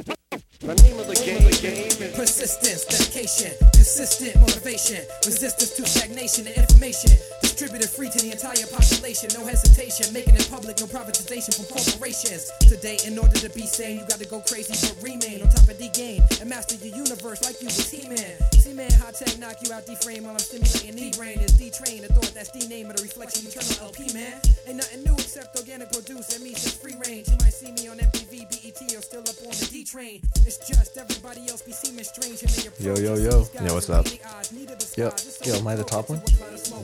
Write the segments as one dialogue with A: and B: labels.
A: The name of the game, of the game is
B: Persistence, dedication, consistent motivation, resistance to stagnation and information. Distributed free to the entire population, no hesitation. Making it public, no privatization from corporations. Today, in order to be sane, you gotta go crazy, but remain on top of the game and master your universe like you was He-Man. See-Man, high tech, knock you out the frame while I'm stimulating E-brain. Is D-train a thought that's the name of the reflection? Eternal LP, man. Ain't nothing new except organic produce and me since free range. You might see me on MTV, BET, E or still up on the D train. It's just everybody else be seeming strange and they
C: Yo,
B: approach
C: yo,
B: us.
C: yo.
B: These guys
D: Yo, what's
B: are
D: up?
B: really odd, neither the
C: Yo,
B: skies, it's so
C: yo, am I the top one?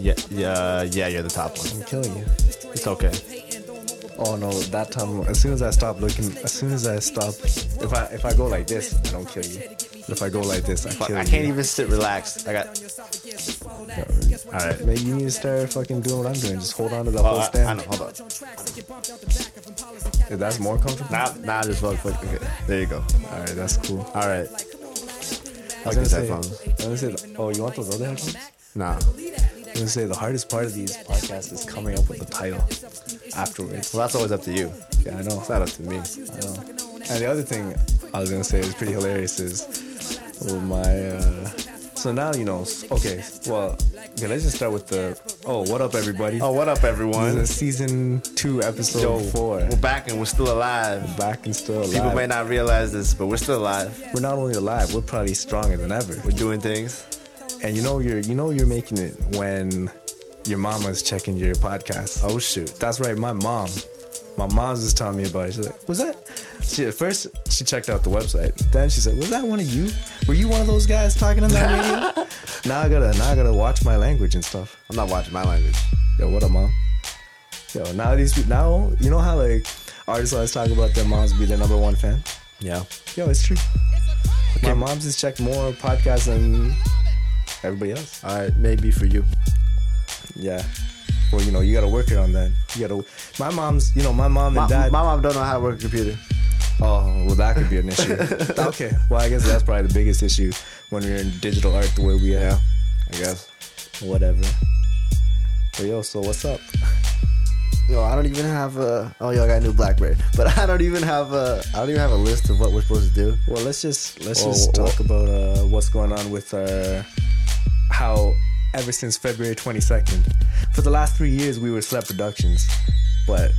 D: Yeah, yeah, yeah. You're the top one.
C: I'm killing you.
D: It's okay.
C: Oh no, that time as soon as I stop looking as soon as I stop if I if I go like this, I don't kill you. If I go like this, I
D: Fuck,
C: kill
D: I
C: you.
D: can't even sit relaxed. I got.
C: All right, man, you need to start fucking doing what I'm doing. Just hold on to that
D: Oh,
C: whole
D: I, I
C: stand.
D: know. Hold on.
C: If that's more comfortable.
D: Now, now I just fuck. fuck okay. There you go.
C: All right, that's cool.
D: All right.
C: I
D: I'll
C: was
D: get
C: gonna
D: that
C: say,
D: phone.
C: I was gonna say, oh, you want those other headphones?
D: Nah.
C: I was gonna say the hardest part of these podcasts is coming up with a title afterwards.
D: Well, that's always up to you.
C: Yeah, I know.
D: It's not up to me.
C: I know. And the other thing I was gonna say is pretty hilarious is well, my. Uh, so now you know. s- Okay, well, okay, let's just start with the. Oh, what up, everybody?
D: Oh, what up,
C: this
D: everyone?
C: is season two, episode
D: Yo,
C: four.
D: we're back and we're still alive.
C: Back and still alive.
D: People may not realize this, but we're still alive.
C: We're not only alive, we're probably stronger than ever.
D: We're doing things.
C: And you know you're you know you're making it when your mama's checking your podcast.
D: Oh shoot.
C: That's right, my mom. My mom's just telling me about it. She's like, was that? She, at first, she checked out the website. Then she's like, was that one of you? Were you one of those guys talking on that radio? now I gotta, now I gotta watch my language and stuff.
D: I'm not watching my language.
C: Yo, what up, mom? Yo, now these peop- now you know how like artists always talk about their moms be their number one fan.
D: Yeah.
C: Yo, it's true. My mom's just checked more podcasts than everybody else.
D: All right. Maybe for you.
C: Yeah. Well, you know, you gotta work it on that. You gotta. My mom's, you know, my mom and
D: My, my
C: dad.
D: mom don't know how to work a computer.
C: oh, well, that could be an issue. okay. Well, I guess that's probably the biggest issue when we're in digital art the way we are.
D: I guess.
C: Whatever. But yo, so what's up?
D: Yo, I don't even have a. Oh, yo, I got a new BlackBerry, but I don't even have a. I don't even have a list of what we're supposed to do.
C: Well, let's just let's
D: Well,
C: just
D: well-
C: talk about uh, what's going on with uh, how ever since February 22nd, for the last three years we were Slap Productions, but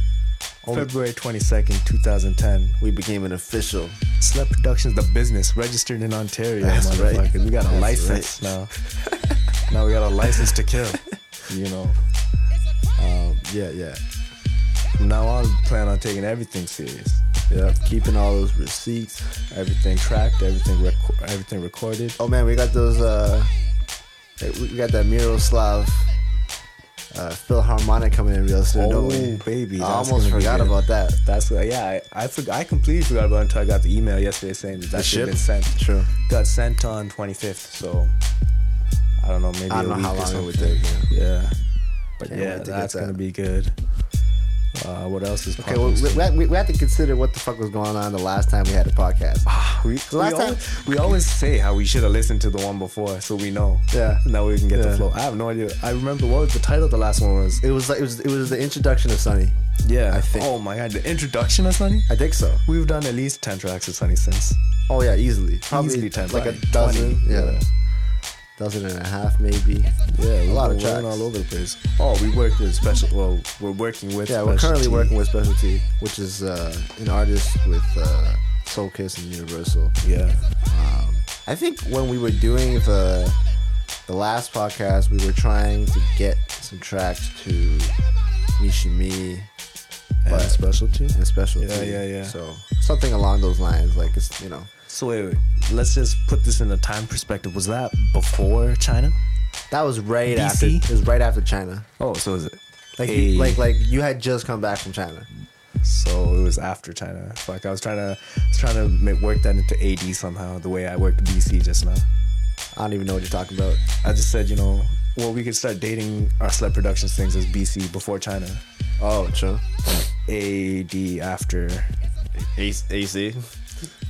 D: Only-
C: February 22nd, 2010,
D: We became an official.
C: Sled Productions, the business registered in Ontario.
D: That's
C: motherfucker.
D: right.
C: We got a
D: That's
C: license now. now we got a license to kill. You know,
D: Um, yeah, yeah,
C: from now on, plan on taking everything serious.
D: yeah. Keeping all those receipts.
C: Everything tracked, everything rec- everything recorded.
D: Oh man, we got those. Uh, we we got that Miroslav uh, Philharmonic coming in real soon, don't we?
C: Oh, baby,
D: I
C: that's
D: almost
C: gonna be
D: forgot
C: good.
D: about that.
C: That's what, yeah. I I, forg I completely forgot about it until I got the email yesterday saying that that
D: The
C: should have
D: ship?
C: been sent.
D: True.
C: Got sent on 25th, so I don't know. Maybe
D: I
C: a
D: don't know
C: week
D: how
C: or
D: long it
C: something.
D: would take. man.
C: Yeah, but
D: Can't
C: yeah,
D: wait to get
C: that's gonna
D: that.
C: be good. Uh, what else is
D: Okay, well,
C: poppin'
D: we, we, had- we, we have to consider what the fuck was going on the last time we had a podcast.
C: We,
D: The last
C: we,
D: time-
C: always, we always say how we should have listened to the one before, so we know.
D: Yeah.
C: Now we can get
D: Yeah.
C: the flow. I have no idea. I remember what was the title of the last one was.
D: It was like it was it was the introduction of Sunny.
C: Yeah.
D: I think-
C: Oh my god, the introduction of Sunny.
D: I think so.
C: We've done at least ten tracks of Sunny since.
D: Oh yeah, easily. Probably
C: Easily 10,
D: like
C: probably
D: a dozen.
C: 20,
D: Yeah.
C: yeah.
D: Dozen and a half maybe.
C: Yeah,
D: a lot of
C: we're going
D: tracks.
C: all over the place. Oh, we worked with special. Well, we're working with.
D: Yeah, we're
C: Special
D: currently
C: T.
D: working with Specialty, which is uh, an artist with uh, Soul Kiss and Universal.
C: Yeah.
D: I think when we were doing the the last podcast, we were trying to get some tracks to Mishimi
C: And
D: But-
C: specialty.
D: and Specialty.
C: Yeah, yeah, yeah.
D: So something along those lines, like it's you know
C: So wait, wait. Let's just put this in a time perspective. Was that before China?
D: that was right
C: BC?
D: after it was right after China.
C: Oh, so is it?
D: Like
C: Hey.
D: you, like like you had just come back from China.
C: So it was after China. Fuck, I was trying to, I was trying to make, work that into AD somehow. The way I worked BC just now.
D: I don't even know what you're talking about.
C: I just said, you know, well, we could start dating our sled productions things as BC before China,
D: Oh, true.
C: AD after
D: AC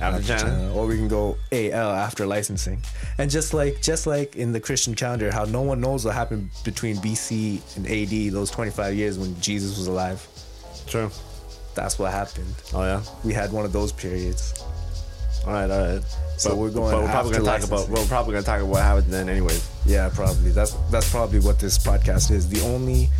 C: after China, or we can go AL after licensing. And just like just like in the Christian calendar, how no one knows what happened between BC and AD those 25 years when Jesus was alive.
D: True.
C: That's what happened.
D: Oh yeah.
C: We had one of those periods.
D: All right, all right.
C: So we're going
D: But we're probably
C: after
D: gonna talk about.
C: licensing.
D: We're probably gonna talk about what happened then, anyways.
C: Yeah, probably. That's that's probably what this podcast is. The only,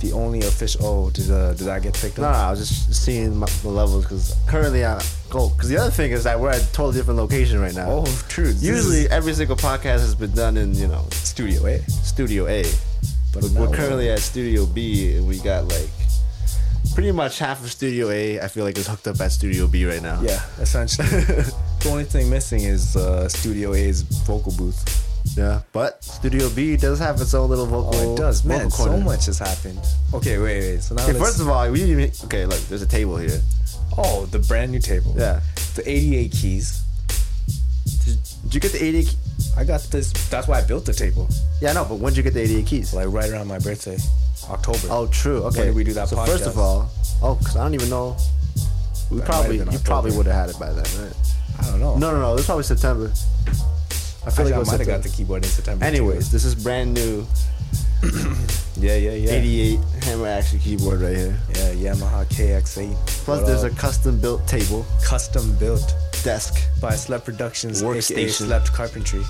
C: the only official. Oh, did uh, did I get picked
D: No, no,
C: up?
D: I was just seeing my, the levels because currently I go. Because the other thing is that we're at a totally different location right now.
C: Oh, true. This
D: Usually,
C: is
D: every single podcast has been done in you know
C: studio, eh?
D: Studio A, but
C: now
D: we're
C: we're-
D: currently at Studio B, and we got like pretty much half of Studio A. I feel like is hooked up at Studio B right now.
C: Yeah, essentially. the only thing missing is uh, Studio A's vocal booth.
D: yeah. But Studio B does have its own little vocal.
C: Oh, it does, man.
D: vocal
C: So
D: corner.
C: much has happened. Okay, wait, wait. So now
D: Okay,
C: let's-
D: first of all, we didn't even, okay. Look, there's a table here.
C: oh, the brand new table.
D: Yeah.
C: The 88 keys.
D: Did, did you get the 88?
C: I got this. That's why I built the table.
D: Yeah, no. But when did you get the 88 keys?
C: Like right around my birthday, October.
D: Oh, true. Okay.
C: did we do that
D: So first
C: podcast?
D: of all, oh, because I don't even know. We
C: That
D: probably
C: might have been
D: you probably
C: October.
D: would have had it by then, right?
C: I don't know.
D: No, no, no. It was probably September. I feel
C: Actually,
D: like it
C: I
D: was
C: might have
D: September.
C: got the keyboard in September. too.
D: Anyways, this is brand new
C: yeah, yeah, yeah.
D: 88 Hammer Action keyboard right here.
C: Yeah, Yamaha KX8.
D: Plus,
C: What
D: there's a
C: up?
D: custom built table,
C: custom built
D: desk.
C: by Slept Productions aka
D: Workstation.
C: Slept Carpentry.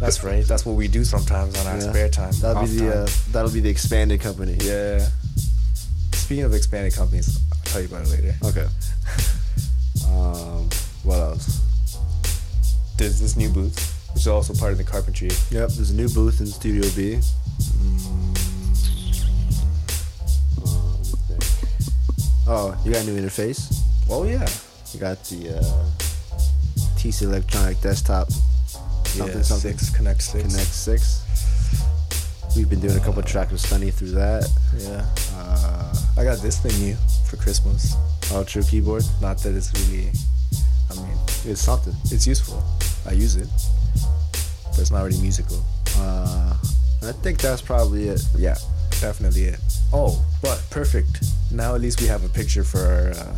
C: That's right. That's what we do sometimes on our
D: Yeah.
C: spare time.
D: That'll
C: off
D: be the
C: time.
D: uh, that'll be the expanded company.
C: uh, yeah. Speaking of expanded companies, I'll tell you about it later.
D: Okay. um, what else?
C: There's this new booth, which is also part of the carpentry.
D: Yep. There's a new booth in Studio B. Mm. Um, let me think. Oh, you got a new interface.
C: Oh yeah.
D: You got the uh, TC Electronic desktop. Something
C: yeah,
D: something.
C: Six connect six.
D: Connect six. We've been doing a couple tracks with Sunny through that.
C: Yeah.
D: Uh,
C: I got this thing new for Christmas.
D: oh, true keyboard.
C: Not that it's really. I mean,
D: It's something.
C: it's useful. I use it, but it's not really musical.
D: Uh, I think that's probably it.
C: Yeah, definitely it. Oh, but perfect. Now at least we have a picture for our uh,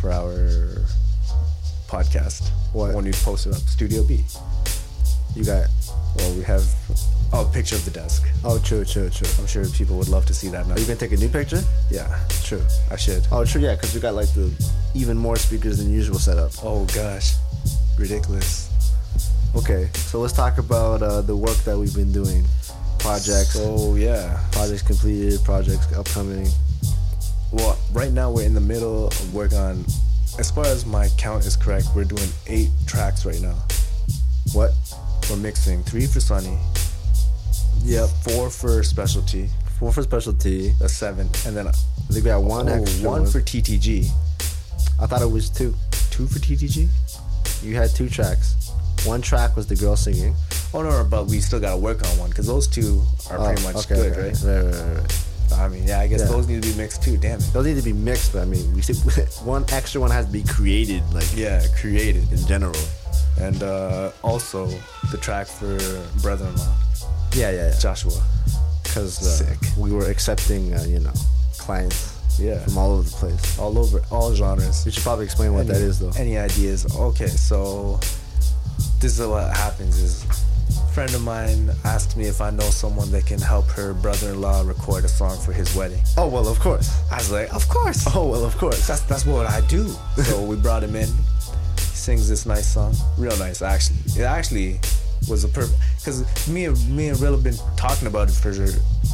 C: for our podcast.
D: What?
C: When we post it up, Studio B.
D: You got.
C: Well, we have oh, a picture of the desk.
D: Oh, true, true, true.
C: I'm sure people would love to see that now.
D: Are you gonna take a new picture?
C: Yeah,
D: True.
C: I should.
D: Oh, true. Yeah, because we got like the even more speakers than usual setup.
C: Oh gosh, ridiculous.
D: Okay, so let's talk about uh, the work that we've been doing. Projects,
C: Oh yeah.
D: projects completed, projects upcoming.
C: Well, right now we're in the middle of work on. As far as my count is correct, we're doing eight tracks right now.
D: What?
C: We're mixing three for Sunny,
D: Yep.
C: four for Specialty,
D: One for specialty.
C: that's seven, and then
D: I think we got one
C: oh,
D: extra.
C: one for TTG,
D: I thought it was two.
C: two for TTG.
D: You had two tracks. One track was the girl singing.
C: Oh no, no, but we still gotta work on one because those two are pretty
D: Oh,
C: much
D: okay,
C: good,
D: okay.
C: right?
D: Right, right, right, right.
C: I mean, yeah, I guess
D: Yeah.
C: those need to be mixed too. Damn it.
D: Those need to be mixed, but I mean, we should, one extra one has to be created, like
C: Yeah, created,
D: in general.
C: and uh, also the track for brother-in-law
D: Yeah, yeah, yeah.
C: Joshua.
D: Because
C: Sick.
D: we were accepting, uh, you know, clients
C: Yeah.
D: from all over the place.
C: all over all genres.
D: We should probably explain what that
C: Any-
D: is, though.
C: Any ideas? Okay, so this is what happens is a friend of mine asked me if I know someone that can help her brother-in-law record a song for his wedding.
D: oh well, of course.
C: I was like, of course.
D: Oh well, of course.
C: That's that's what I do. So we brought him in. He sings this nice song, real nice actually. It actually was a perfect because me and me and Rill have been talking about it for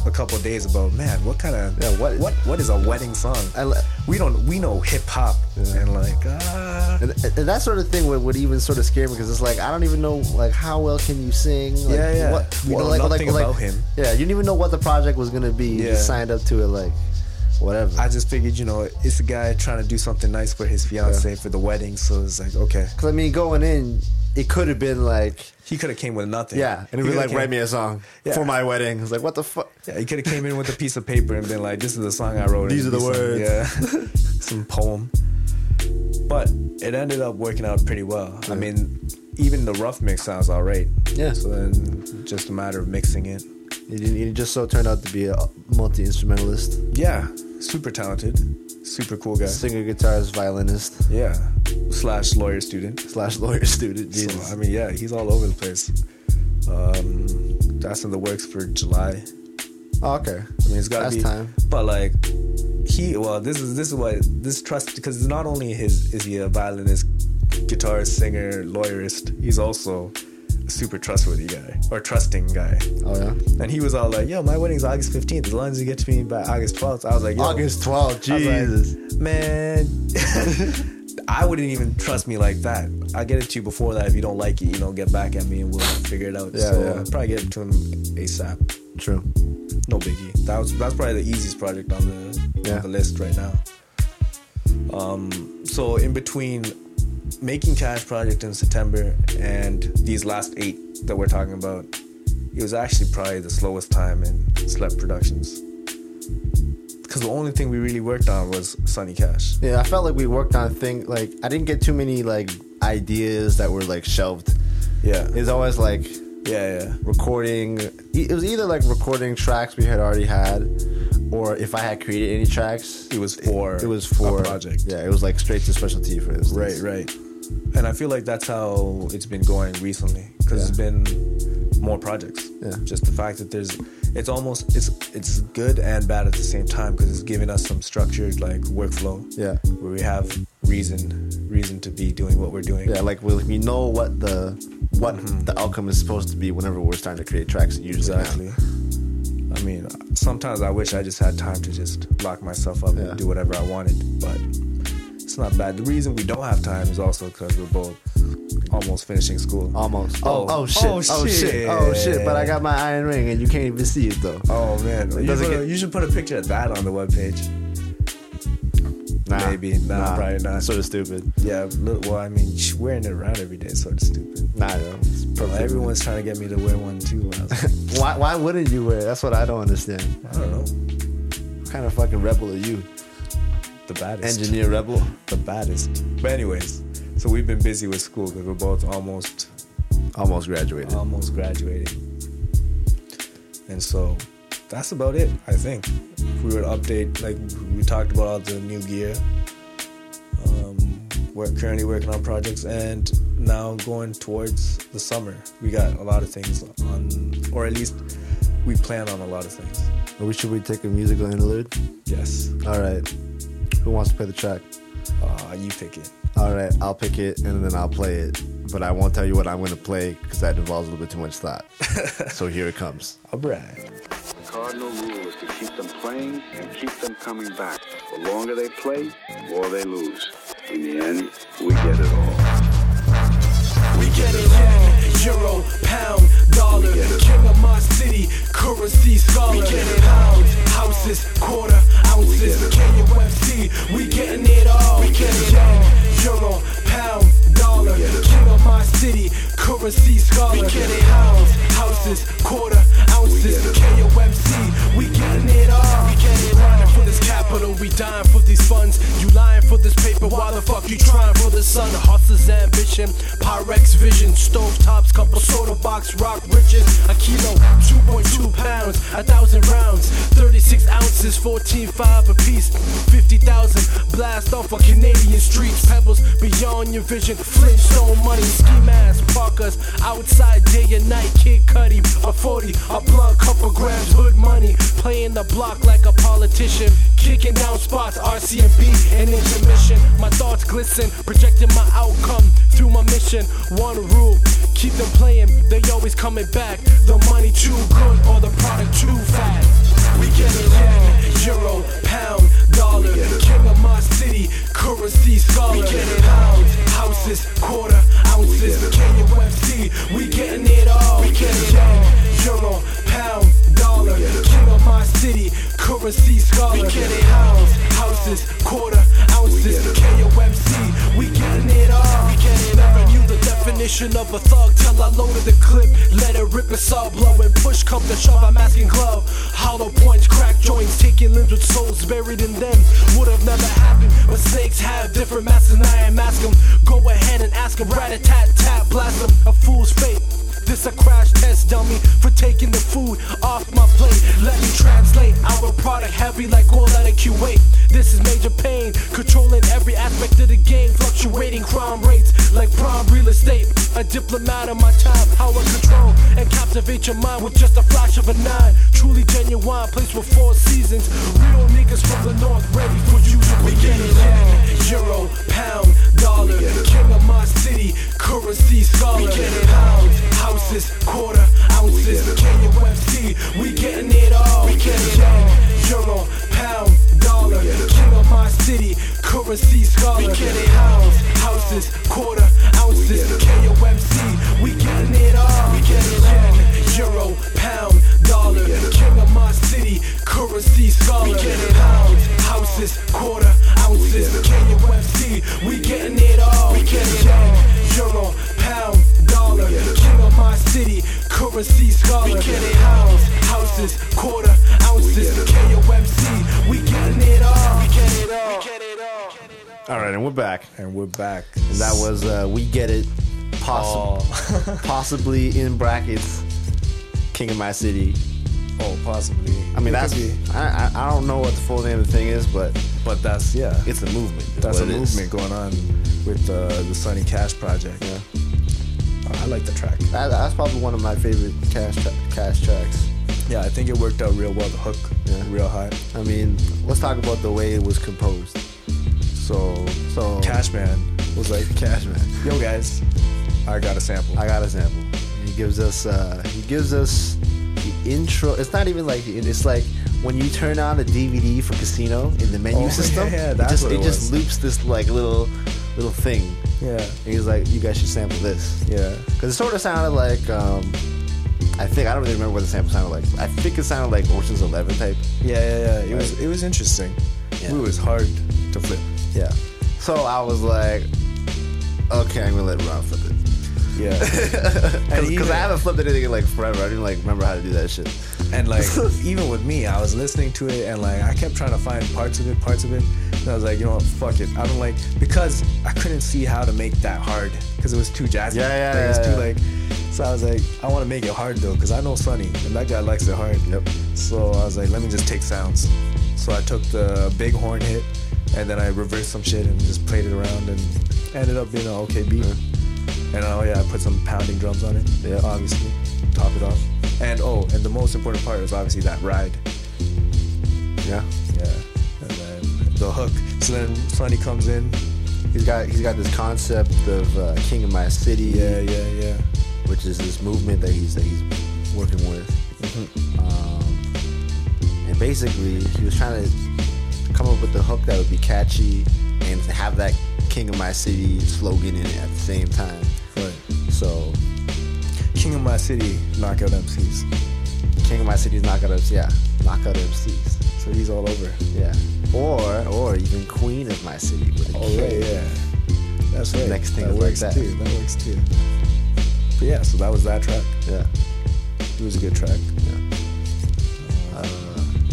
C: a couple of days about man, what kind of
D: Yeah, what-
C: what what is a wedding song?
D: I le-
C: we don't we know hip hop and like ah
D: And, and that sort of thing would, would even sort of scare me because it's like I don't even know like how well can you sing? Like,
C: Yeah, yeah.
D: What,
C: We
D: what-
C: know nothing about him.
D: Yeah, you didn't even know what the project was gonna be. You just
C: Yeah.
D: signed up to it like whatever.
C: I just figured you know it's a guy trying to do something nice for his fiance for the wedding, so it's like okay
D: Because I mean, going in, it could have been like
C: he could have came with nothing.
D: yeah, and
C: He
D: it'd be
C: coulda
D: like
C: came-
D: write me a song
C: Yeah.
D: for my wedding. It's like what the fuck?
C: Yeah, he could have came in with a piece of paper and been like, "This is the song I wrote."
D: These are the
C: Some-
D: words.
C: Yeah, some poem. But it ended up working out pretty well. I mean, even the rough mix sounds all right.
D: Yeah.
C: So then, just a matter of mixing it.
D: You, you just so turned out to be a multi instrumentalist,
C: Yeah, super talented, super cool guy.
D: singer, guitarist, violinist
C: Yeah, slash lawyer student.
D: slash lawyer student.
C: So,
D: Jesus.
C: I mean, yeah, he's all over the place. Um, that's in the works for July.
D: oh, okay.
C: I mean, it's gotta
D: That's
C: be.
D: time.
C: But like, he well this is this is what this trust because not only his is he a violinist, guitarist, singer, lawyerist, he's also a super trustworthy guy or trusting guy.
D: Oh yeah.
C: And he was all like, "Yo, my wedding's August fifteenth. As long as you get to me by August 12th. I was like, Yo.
D: August 12th.
C: I was like,
D: Jesus.
C: man. I wouldn't even trust me like that. I get it to you before that. If you don't like it, you know, get back at me and we'll figure it out.
D: Yeah,
C: so
D: yeah.
C: I'll probably get it to him ASAP.
D: True.
C: No biggie. That was that's probably the easiest project on the
D: Yeah.
C: on the list right now. Um, so in between making Cash Project in September and these last eight that we're talking about, it was actually probably the slowest time in Slep Productions. Because the only thing we really worked on was Sunny Cash.
D: Yeah, I felt like we worked on thing like I didn't get too many like ideas that were like shelved.
C: Yeah,
D: It's always like
C: yeah, yeah.
D: recording. e, It was either like recording tracks we had already had, or if I had created any tracks,
C: It was for
D: it was for
C: a project.
D: Yeah, it was like straight to specialty for this.
C: Right, right. And I feel like that's how it's been going recently because it's
D: Yeah.
C: been more projects.
D: Yeah.
C: Just the fact that there's, it's almost it's it's good and bad at the same time because it's giving us some structured like workflow.
D: Yeah.
C: Where we have reason reason to be doing what we're doing.
D: Yeah, like we, we know what the what the outcome is supposed to be whenever we're starting to create tracks. Usually, now.
C: Mm-hmm. Exactly. I mean, sometimes I wish I just had time to just lock myself up
D: Yeah.
C: and do whatever I wanted, but it's not bad. The reason we don't have time is also because we're both almost finishing school.
D: Almost. Oh, oh,
C: Oh,
D: shit. Oh, shit. Oh, shit. But I got my iron ring and you can't even see it, though.
C: Oh man, you,
D: doesn't
C: put,
D: get-
C: you should put a picture of that on the webpage. maybe. Nah, probably not.
D: Sort of stupid.
C: Yeah, look, well, I mean, sh- wearing it around every day is sort of stupid.
D: Nah, yo. It's
C: Well,
D: perfect.
C: everyone's trying to get me to wear one too. I, was like,
D: Why, why wouldn't you wear it? That's what I don't understand.
C: I don't know,
D: What kind of fucking rebel are you?
C: the baddest,
D: Engineer rebel?
C: the baddest. But anyways, so we've been busy with school because we're both almost
D: Almost graduated.
C: almost graduating, and so that's about it. I think if we were to update, like we talked about all the new gear. Um, we're currently working on projects and now going towards the summer. We got a lot of things on, or at least we plan on a lot of things.
D: we should we take a musical interlude?
C: Yes.
D: All right. Who wants to play the track?
C: Uh, you pick it.
D: All right, I'll pick it and then I'll play it. But I won't tell you what I'm going to play because that involves a little bit too much thought. so here it comes.
C: All right.
E: cardinal rule is to keep them playing and keep them coming back. The longer they play, the more they lose. In the end, we get it all.
F: We get it in euro, pound, dollar, king of my city, currency scholar. We get it out, houses, quarter ounces, KUFC. We getting it all. We get it in euro, pound, dollar, king of my city, currency scholar. We get it out, houses, quarter ounces, KUFC. We getting it all. We get it all. For this capital, we dying for these funds. You lying for this paper, why the fuck you trying for the sun? Hustler's ambition, Pyrex vision, stove tops, couple soda box, rock riches. A kilo, 2.2 pounds, a thousand rounds, 36 ounces, 14.5 apiece, 50,000, blast off of Canadian streets, pebbles beyond your vision, Flintstone money, ski mask, parkers, outside day and night, Kid Cudi, a 40, a blunt, couple grams, hood money, playing the block like a politician, kicking down spots, RC and B, and intermission. My thoughts glisten, projecting my outcome through my mission. One rule, keep them playing, they always coming back. The money too good or the product too fat. We get it in euro, pound, dollar, king of my city, currency scholar. We get it pounds, houses, quarter ounces, KUFC. We getting it all. We get it in euro, pound, dollar, king of my city, currency scholar. We get it house, houses, quarter ounces, KOMC. We getting it all. We get it all. You the definition of a thug till I loaded the clip, let it rip and saw blowing. Push come to shove, I'm asking glove. Hollow points, crack joints, taking limbs with souls buried in them. Would have never happened, but snakes have different masks and I mask 'em. Go ahead and ask 'em, rat a tat tat, blast 'em. A fool's fate. This a crash test dummy for taking the food off my plate. Let me translate our product heavy like gold out of Kuwait. This is major pain, controlling every aspect of the game, fluctuating crime rates like prime real estate. A diplomat on my time, how I control and captivate your mind with just a flash of a nine. Truly genuine, place with four seasons. Real niggas from the north, ready for you to begin. Yeah. Euro, pound, dollar, king of my city, currency scholar. Pound, houses, quarter, ounces, KUFC, we getting it all. We getting it all. Euro, pound, dollar, king of my city, currency scholar. Pounds, houses, quarter, ounces, KOMC, we getting it all. We getting it Euro, pound, dollar, king of my city, currency scholar. Pounds, houses, quarter, ounces, KOMC, we getting it all. We getting it Euro, pound, dollar, king of my city, currency scholar. Pounds, houses, quarter, ounces, KOMC, we getting it all. We getting it all. We get it all.
D: All right, and we're back.
C: And we're back.
D: And that was uh, We Get It, possible, Oh. possibly in brackets, King of My City.
C: Oh, possibly.
D: I mean,
C: It
D: that's,
C: could be.
D: I, I, I don't know what the full name of the thing is, but
C: But that's yeah.
D: it's a movement. is
C: that's a
D: what it is.
C: movement going on with uh, the Sunny Cash project.
D: Yeah.
C: I like the track.
D: That, that's probably one of my favorite cash, tra- cash tracks.
C: Yeah, I think it worked out real well. The hook,
D: Yeah.
C: real high.
D: I mean, let's talk about the way it was composed.
C: So, Oh.
D: So,
C: Cashman was like,
D: Cashman.
C: "Yo guys, I got a sample."
D: I got a sample. He gives us uh, he gives us the intro. It's not even like the- it's like when you turn on the DVD for Casino in the menu
C: Oh,
D: system.
C: yeah, that's
D: it just
C: what it was.
D: just loops this like little little thing.
C: yeah,
D: And he's like, you guys should sample this
C: yeah.
D: because it sort of sounded like um, I think I don't really remember what the sample sounded like. I think it sounded like Ocean's Eleven type.
C: Yeah, yeah, yeah. It was it was interesting.
D: Yeah.
C: It was hard to flip.
D: Yeah. So I was like, okay, I'm gonna let Ron flip it.
C: Yeah, and,
D: Because
C: even,
D: I haven't flipped anything in like forever. I didn't like remember how to do that shit.
C: and like even with me, I was listening to it and like I kept trying to find parts of it, parts of it. And I was like, you know what, fuck it. I don't like because I couldn't see how to make that hard because it was too jazzy.
D: Yeah, yeah,
C: like, It was
D: yeah,
C: too
D: yeah.
C: like. So I was like, I want to make it hard though, because I know Sonny and that guy likes it hard.
D: Yep.
C: So I was like, let me just take sounds. So I took the big horn hit and then I reversed some shit and just played it around and ended up being an okay beat.
D: Mm-hmm.
C: And oh yeah, I put some pounding drums on it.
D: Yeah.
C: Obviously. Top it off. And oh, and the most important part was obviously that ride.
D: Yeah.
C: Yeah. And then the hook. So then Sonny comes in.
D: He's got he's got this concept of uh, King of My City,
C: Yeah,
D: uh,
C: yeah, yeah.
D: which is this movement that he's that he's working with. Um, and basically, he was trying to come up with a hook that would be catchy and to have that King of My City slogan in it at the same time.
C: Right.
D: So,
C: King of my city, knockout MCs.
D: King of My City's knockout MCs, yeah, knockout MCs,
C: So he's all over.
D: yeah, or or even Queen of My City with a
C: Oh
D: K.
C: right, yeah. That's right.
D: Next thing
C: that
D: is like
C: works
D: that.
C: too. That works too. But yeah, so that was that track.
D: yeah.
C: It was a good track.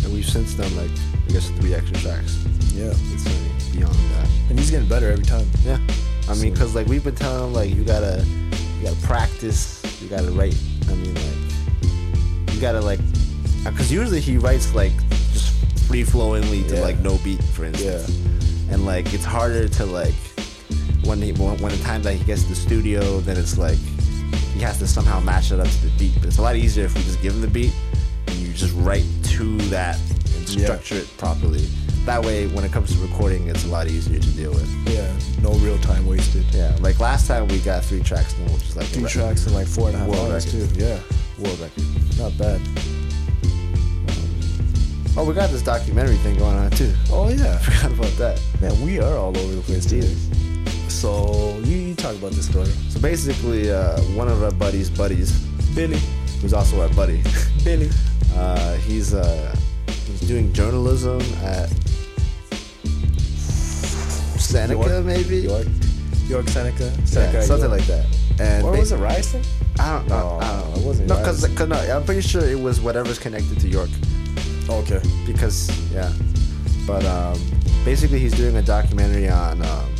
D: And we've since done like I guess three extra tracks.
C: Yeah.
D: It's funny beyond that.
C: And he's getting better every time.
D: Yeah. I mean,
C: So-
D: cause like we've been telling them like you gotta, you gotta practice. You gotta write. I mean, like you gotta like, cause usually he writes like just free flowingly to
C: Yeah.
D: like no beat, for instance. And like it's harder to like when he when when the time that he gets to the studio, then it's like he has to somehow match it up to the beat. But it's a lot easier if we just give him the beat and you just write to that and
C: Yeah.
D: structure it properly. That way, when it comes to recording, it's a lot easier to deal with.
C: Yeah. No real time wasted.
D: Yeah, like last time we got three tracks done, which is like
C: Two
D: a record,
C: tracks in like four and a half
D: World
C: hours
D: record.
C: too. Yeah.
D: world record.
C: Not bad.
D: Oh, we got this documentary thing going on too.
C: Oh yeah.
D: Forgot about that.
C: Man, we are all over the place dude. So you, you talk about this story.
D: So basically, uh, one of our buddies' buddies,
C: Billy.
D: who's also our buddy,
C: Billy.
D: uh, he's uh, he's doing journalism at Seneca,
C: York?
D: maybe
C: York. York Seneca.
D: Yeah,
C: Seneca
D: something
C: York.
D: like that. And
C: Or
D: ba-
C: was it Ryerson?
D: I don't
C: No,
D: know. I don't know.
C: it wasn't
D: No,
C: York.
D: because no, I'm pretty sure it was whatever's connected to York.
C: Okay.
D: because yeah but um, basically he's doing a documentary on um,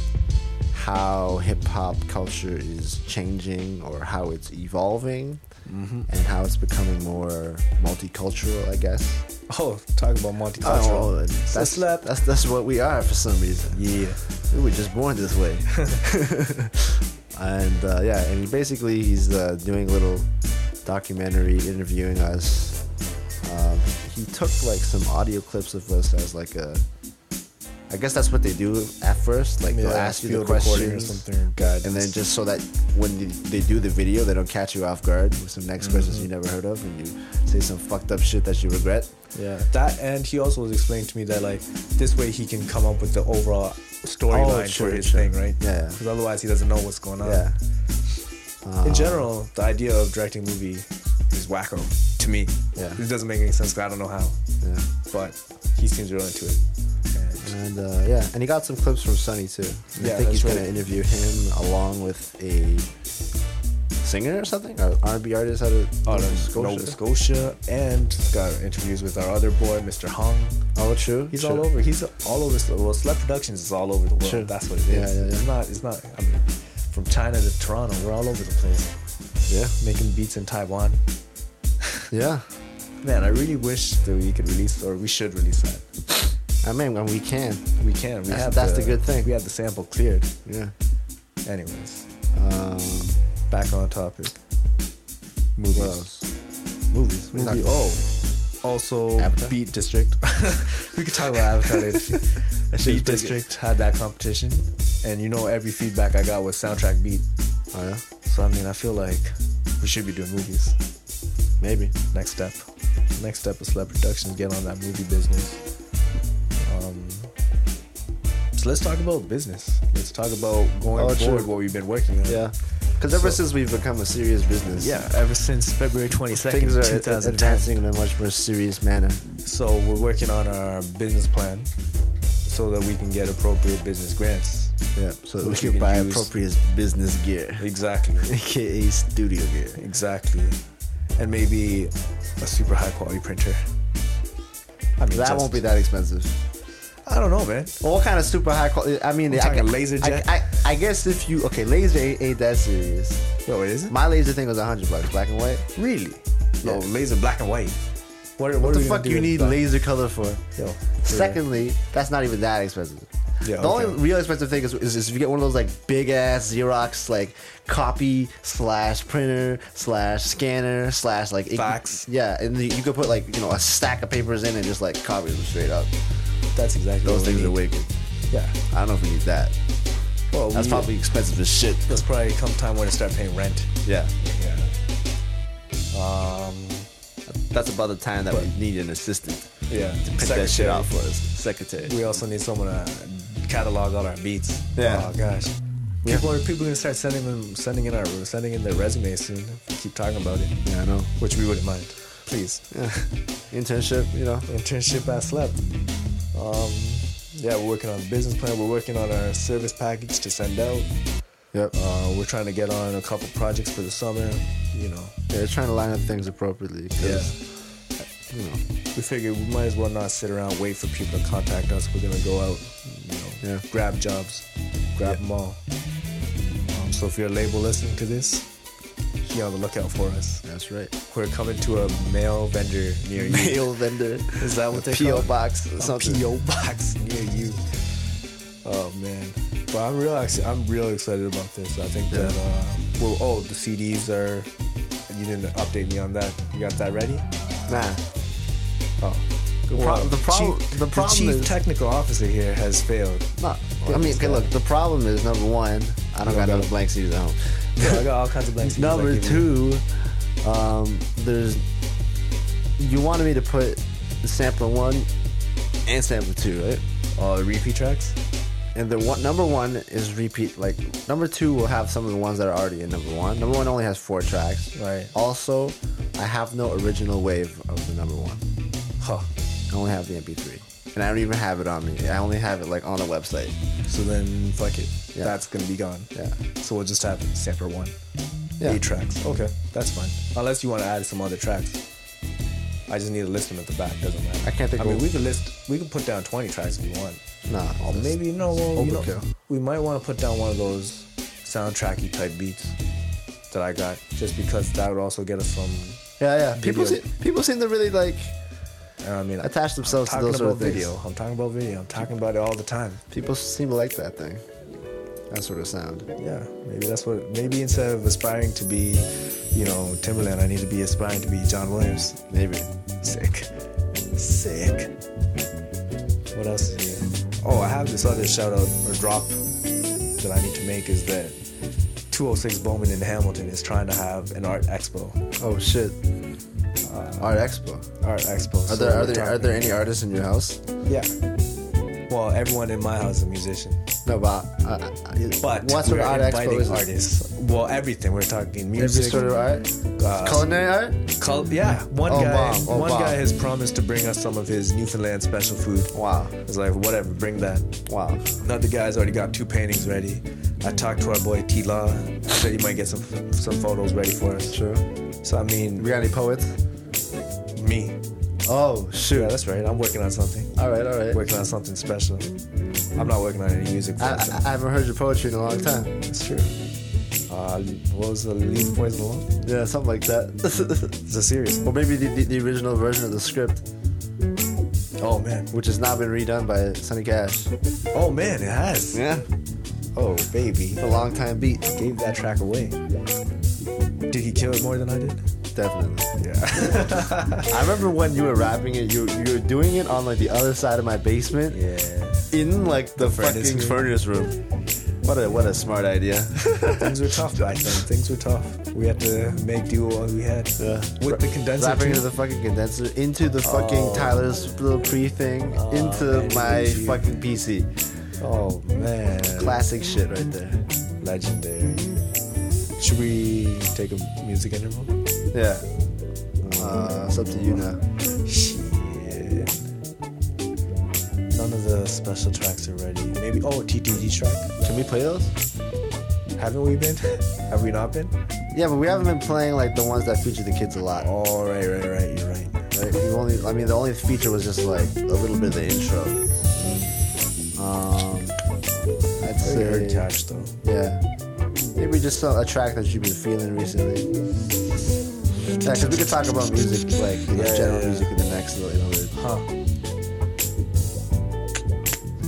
D: how hip-hop culture is changing or how it's evolving and how it's becoming more multicultural i guess
C: Oh, talk about Monte
D: Oh,
C: Cultural.
D: that's,
C: slap.
D: that's that's what we are for some reason
C: yeah.
D: we were just born this way and uh, yeah, and he basically he's uh, doing a little documentary interviewing us. Um, he took like some audio clips of us as like a. I guess that's what they do at first. Like they'll ask you the
C: field recording or
D: questions,
C: something, guidance.
D: and then just so that when you, they do the video, they don't catch you off guard with some next questions
C: Mm-hmm.
D: you never heard of, and you say some fucked up shit that you regret.
C: Yeah, that and he also was explaining to me that like this way he can come up with the overall storyline
D: Oh, sure,
C: for his
D: sure.
C: thing, right?
D: Yeah.
C: Because otherwise he doesn't know what's going on.
D: Yeah. Uh-huh.
C: In general, the idea of directing a movie is wacko to me.
D: Yeah.
C: It doesn't make any sense 'cause I don't know how,
D: Yeah.
C: but he seems real into it. And
D: And uh, yeah, and he got some clips from Sonny too. And I
C: Yeah,
D: think he's
C: that's
D: gonna
C: right.
D: interview him along with a singer or something, or R&B artist out of
C: out
D: Nova
C: of
D: Scotia.
C: Oh, Nova Scotia, and got interviews with our other boy, Mr. Hong.
D: Oh, true.
C: He's
D: true.
C: all over. He's all over. Well, Sled Productions is all over the world.
D: Sure.
C: That's what it is.
D: Yeah, yeah, yeah.
C: It's not. It's not. I mean, from China to Toronto, we're all over the place.
D: Yeah,
C: making beats in Taiwan.
D: yeah.
C: Man, I really wish that we could release or we should release that.
D: I mean, and we can.
C: We can. We
D: That's-
C: have
D: that's the good thing.
C: We have the sample cleared.
D: Yeah.
C: Anyways,
D: Um,
C: back on topic.
D: movies. What else?
C: Movies.
D: We're not-
C: Movie- oh, also
D: Avatar?
C: Beat District. we could talk about Avatar. if-
D: pretty
C: Beat
D: good.
C: District had that competition, and you know every feedback I got was soundtrack beat.
D: Oh yeah,
C: So I mean, I feel like we should be doing movies.
D: maybe.
C: next step. Next step is Sled Productions, get on that movie business. Um, so let's talk about business. Let's talk about going
D: Oh, true.
C: forward what we've been working on.
D: Yeah. Because ever
C: So-
D: since we've become a serious business,
C: Yeah, ever since February 22nd,
D: things are ad-
C: 2010.
D: advancing in a much more serious manner.
C: So we're working on our business plan so that we can get appropriate business grants.
D: Yeah. So that we
C: Which
D: can
C: we can
D: buy
C: use-
D: appropriate business gear,
C: Exactly.
D: aka studio gear.
C: exactly. And maybe a super high quality printer. I mean,
D: That
C: just-
D: won't be that expensive.
C: I don't know, man.
D: Well, what kind of super high quality? I mean,
C: We're
D: I,
C: talking
D: gu-
C: laser
D: I-
C: jet?
D: I, I, guess if you okay, laser ain't, ain't that serious.
C: Yo, is it?
D: My laser thing was hundred bucks, black and white.
C: Really? No,
D: Yeah.
C: laser black and white. What, what,
D: What
C: are
D: the
C: we gonna
D: fuck
C: do
D: you
C: with
D: need
C: black-
D: laser color for?
C: Yo,
D: Secondly, that's not even that expensive.
C: Yeah,
D: the
C: okay.
D: only real expensive thing is, is, is if you get one of those like big ass Xerox like copy slash printer slash scanner slash like ink-
C: Fax.
D: Yeah, and you could put like you know a stack of papers in and just like copy them straight up.
C: that's exactly
D: Those
C: what we
D: things are
C: need.
D: wicked.
C: Yeah.
D: I don't know if we need that.
C: Well,
D: That's
C: we-
D: probably expensive as shit.
C: There's probably come time when to start paying rent. Um,
D: Yeah.
C: Yeah.
D: That's about the time that
C: But-
D: we need an assistant.
C: Yeah.
D: Print that shit out for us. Secretary.
C: We also need someone to catalog all our beats.
D: Yeah.
C: Oh gosh.
D: Yeah.
C: People are people are gonna start sending them sending in our sending in their resumes soon. If we keep talking about it,
D: Yeah, I know.
C: which we wouldn't mind. Please.
D: Internship, you know.
C: internship at Slep. Um, yeah, we're working on the business plan. We're working on our service package to send out.
D: Yep.
C: Uh, we're trying to get on a couple projects for the summer. You know,
D: Yeah, they're trying to line up things appropriately. 'cause, You know.
C: we figured we might as well not sit around wait for people to contact us. We're gonna go out, you know,
D: Yeah.
C: grab jobs, grab them all. Um, so if you're a label listening to this, be on the lookout for us.
D: That's right.
C: We're coming to a mail vendor near you.
D: Mail vendor.
C: Is that what they
D: PO
C: call it?
D: box. or
C: a
D: Something.
C: PO box near you. Oh man, but I'm real. Actually, I'm real excited about this. I think that.
D: Yeah.
C: Uh, well, oh, the CDs are. You didn't update me on that. You got that ready?
D: Nah.
C: Oh.
D: The pro- the prob-
C: chief,
D: the problem
C: chief
D: is-
C: technical officer here has failed.
D: Not, I mean, okay, look. The problem is number one, I don't got
C: got
D: no
C: it.
D: blank CDs at home.
C: So I got all kinds of blank. CDs I
D: Number
C: give you.
D: two, um, there's you wanted me to put sample one and sample two, right?
C: Oh, repeat tracks.
D: And the one number one is repeat. Like number two will have some of the ones that are already in number one. Number one only has four tracks.
C: Right.
D: Also, I have no original wave of the number one.
C: Huh.
D: I only have the MP3, and I don't even have it on me. I only have it like on a website.
C: So then, fuck it.
D: Yeah.
C: That's gonna be gone.
D: Yeah.
C: So we'll just have sample one.
D: Yeah.
C: Eight tracks. Okay, that's fine. Unless you want to add some other tracks. I just need to list them at the back. Doesn't matter.
D: I can't think
C: I
D: of-
C: mean, we could list. We could put down twenty tracks if we want.
D: Nah.
C: Or
D: that's-
C: maybe no. Well, you know,
D: overkill.
C: we might want to put down one of those soundtracky type beats that I got, just because that would also get us some.
D: Yeah, yeah. People
C: Video.
D: seem, people seem to really like
C: you know what I mean,
D: attach themselves to
C: talking
D: those sort
C: about
D: of things.
C: video. I'm talking about video. I'm talking about it all the time.
D: People seem to like that thing. that sort of sound.
C: Yeah, maybe that's what. Maybe instead of aspiring to be, you know, Timberland, I need to be aspiring to be John Williams.
D: Maybe.
C: Sick, sick. What else is here? Oh, I have this other shout out or drop that I need to make is that 206 Bowman in Hamilton is trying to have an art expo.
D: Oh shit. Uh, Art Expo.
C: Art expo.
D: Are
C: So
D: there are
C: we're
D: there are
C: talking-
D: there any artists in your house?
C: Yeah. Well, everyone in my house is a musician,
D: No, but uh, uh,
C: but
D: what sort
C: we're
D: of art expo
C: inviting
D: is it?
C: artists. Well, everything. We're talking music.
D: Every sort of art,
C: uh,
D: culinary art.
C: Col- yeah, one
D: Oh,
C: guy,
D: wow.
C: one
D: Oh, wow.
C: guy has promised to bring us some of his Newfoundland special food.
D: Wow,
C: It's like whatever, bring that.
D: wow.
C: Another guy's already got two paintings ready. I talked to our boy T Law, said he might get some some photos ready for us.
D: True.
C: So I
D: We
C: mean,
D: got any poets?
C: me.
D: Oh shoot.
C: Yeah, that's right. I'm working on something.
D: all right, all right.
C: Working on something special. I'm not working on any music. For
D: I, I, I haven't heard your poetry in a long time.
C: That's true. Uh, what was the leave the poison alone?
D: Yeah, something like that.
C: It's a serious.
D: or maybe the, the, the original version of the script,
C: Oh man.
D: which has now been redone by Sonny Cash.
C: Oh man, it has.
D: Yeah,
C: Oh baby.
D: a long time beat,
C: Gave that track away. Did he kill it more than I did?
D: definitely.
C: Yeah.
D: I remember when you were rapping it, you you were doing it on like the other side of my basement,
C: Yeah.
D: in like the,
C: furnace
D: fucking
C: room.
D: furnace room. What a what a smart idea.
C: Things were tough back then. Things were tough. We had to make do with what we had.
D: Yeah.
C: With the condenser.
D: Rapping into
C: too.
D: the fucking condenser, into the fucking
C: Oh.
D: Tyler's little pre thing, into
C: man,
D: my
C: thank you.
D: fucking PC.
C: Oh man.
D: Classic shit right there.
C: Legendary. Should we take a music interval?
D: Yeah. Uh, it's up to you now.
C: Shit. None of the special tracks are ready. Maybe oh TTG track.
D: Can we play those?
C: Haven't we been? Have we not been?
D: Yeah, but we haven't been playing like the ones that feature the kids a lot.
C: Oh right, right, right. You're right.
D: Right? We've only, I mean, the only feature was just like a little bit of the intro. Um, I'd
C: Very hard
D: say,
C: catch though.
D: yeah, maybe just some, a track that you've been feeling recently. Yeah, because we could talk about music, like you know,
C: Yeah,
D: general
C: yeah, yeah.
D: music in the next little. You know, there's
C: Huh.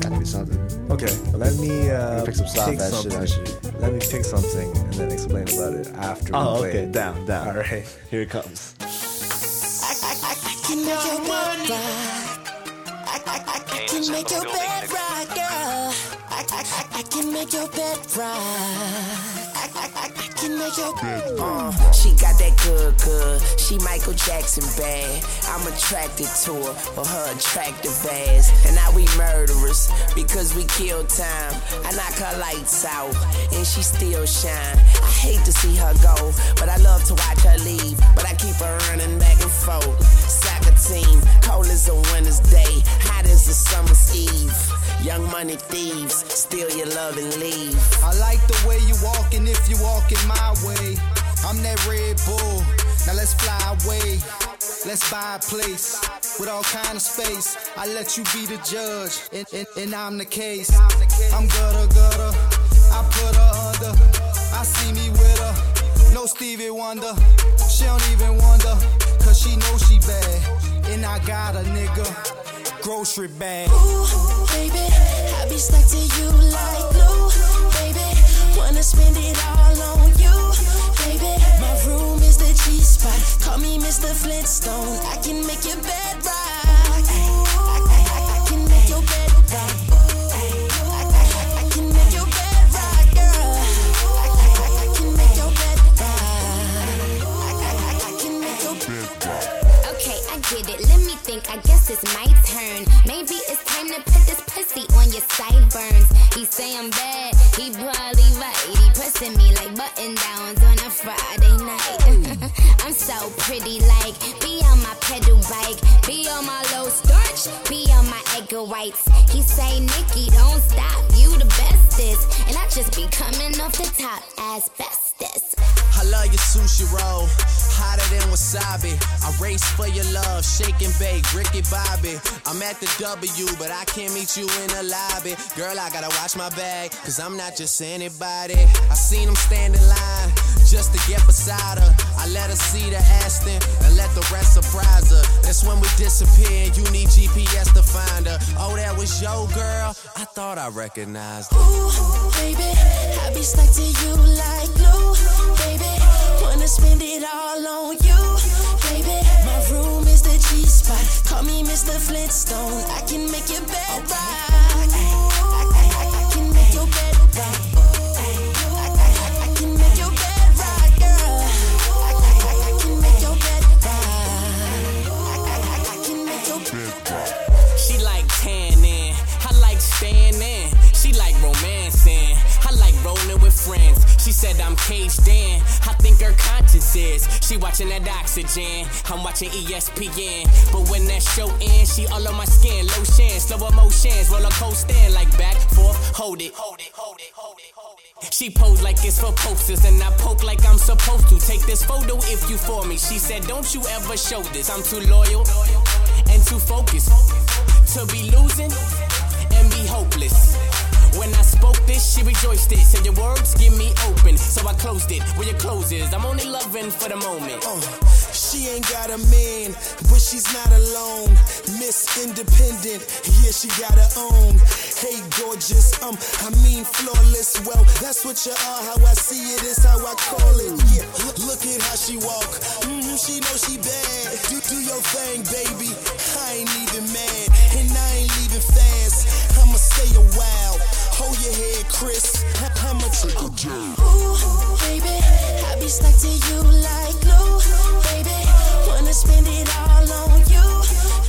D: got to be something.
C: Okay. Let me uh,
D: pick some soft
C: pick
D: ass shit,
C: something.
D: actually.
C: Let me pick something and then explain about it after. we play It.
D: down, down.
C: All right.
D: here it comes.
G: can make your world rock. I, I, I, I can make your bed rock, girl. I, I, I, I can make your bed rock. I, I, I, I can make your bed rock.
H: She got that good, good. She Michael Jackson bad. I'm attracted to her for her attractive ass. And now we murderers because we kill time. I knock her lights out and she still shine. I hate to see her go, but I love to watch her leave. But I keep her running back and forth. Soccer team, cold as a winter's day, hot as a summer's eve. Young money thieves, steal your love and leave.
I: I like the way you walking if you walking my way. I'm that Red Bull. Now let's fly away. Let's buy a place with all kind of space. I let you be the judge, and, and, and I'm the case. I'm gutter gutter. I put her under. I see me with her. No Stevie Wonder. She don't even wonder. Cause she know she bad. And I got a nigga. Grocery bag.
G: Ooh, baby, I be stuck to you like glue, baby. Wanna spend it all on you, baby. My room is the G spot. Call me Mr. Flintstone. I can make your bed rock. I, I, I, I can make your bed rock. Ooh, I, I, I, I can make your bed rock, girl. I, I, I, I can make your bed rock. I, I, I, I can make your bed rock.
J: Okay, I get it. Let me think. I guess it's my turn. Maybe it's time to put this pussy on your sideburns. He say I'm bad. He probably right. He pressing me like button downs on a Friday night. I'm so pretty, like be on my pedal bike, be on my low starch, be on my egg whites. He say Nikki, don't stop. You the bestest, and I just be coming off the top asbestos.
I: I love your sushi roll. hotter than wasabi. I race for your love, shake and bake, Ricky Bobby. I'm at the W, but I can't meet you in the lobby. Girl, I gotta watch my bag, cause I'm not just anybody. I seen him stand in line just to get beside her. I let her see the Aston and let the rest surprise her. That's when we disappear, and you need GPS to find her. Oh, that was your girl? I thought I recognized her.
G: Ooh, baby, I be stuck to you like glue, baby. Wanna spend it all on you, baby. My room is the G spot. Call me Mr. Flintstone. I can make your bed rock. I- I- I- I can make your bed rock. I- I- I- I can make your bed rock, girl. I- I- I- I can make your bed rock. I- I- I- I can make your bed rock.
J: She like tanning, I like staying in. She like romancing, I like rolling with friends. She said I'm caged in, I think her conscience is. She watching that oxygen, I'm watching E ESPN. But when that show ends, she all on my skin, lotion, slow emotions, roller coasting like back, forth, hold it. Hold it, hold it, hold it, hold it. She posed like it's for posters, and I poke like I'm supposed to. Take this photo if you for me. She said, Don't you ever show this. I'm too loyal and too focused to be losing and be hopeless. When I spoke this, she rejoiced it. Said your words give me open, so I closed it. Where your clothes is, I'm only loving for the moment.
I: She ain't got a man, but she's not alone. Miss Independent, yeah, she got her own. Hey, gorgeous, um, I mean flawless. Well, that's what you are. How I see it is how I call it. Yeah, look at how she walk. hmm she know she bad. Do do your thing, baby. I ain't even mad, and I ain't leaving fast. I'ma stay a while. Hold your head, Chris. I- I'ma take a jump.
G: Ooh, baby, I be stuck to you like glue, baby. Wanna spend it all on you,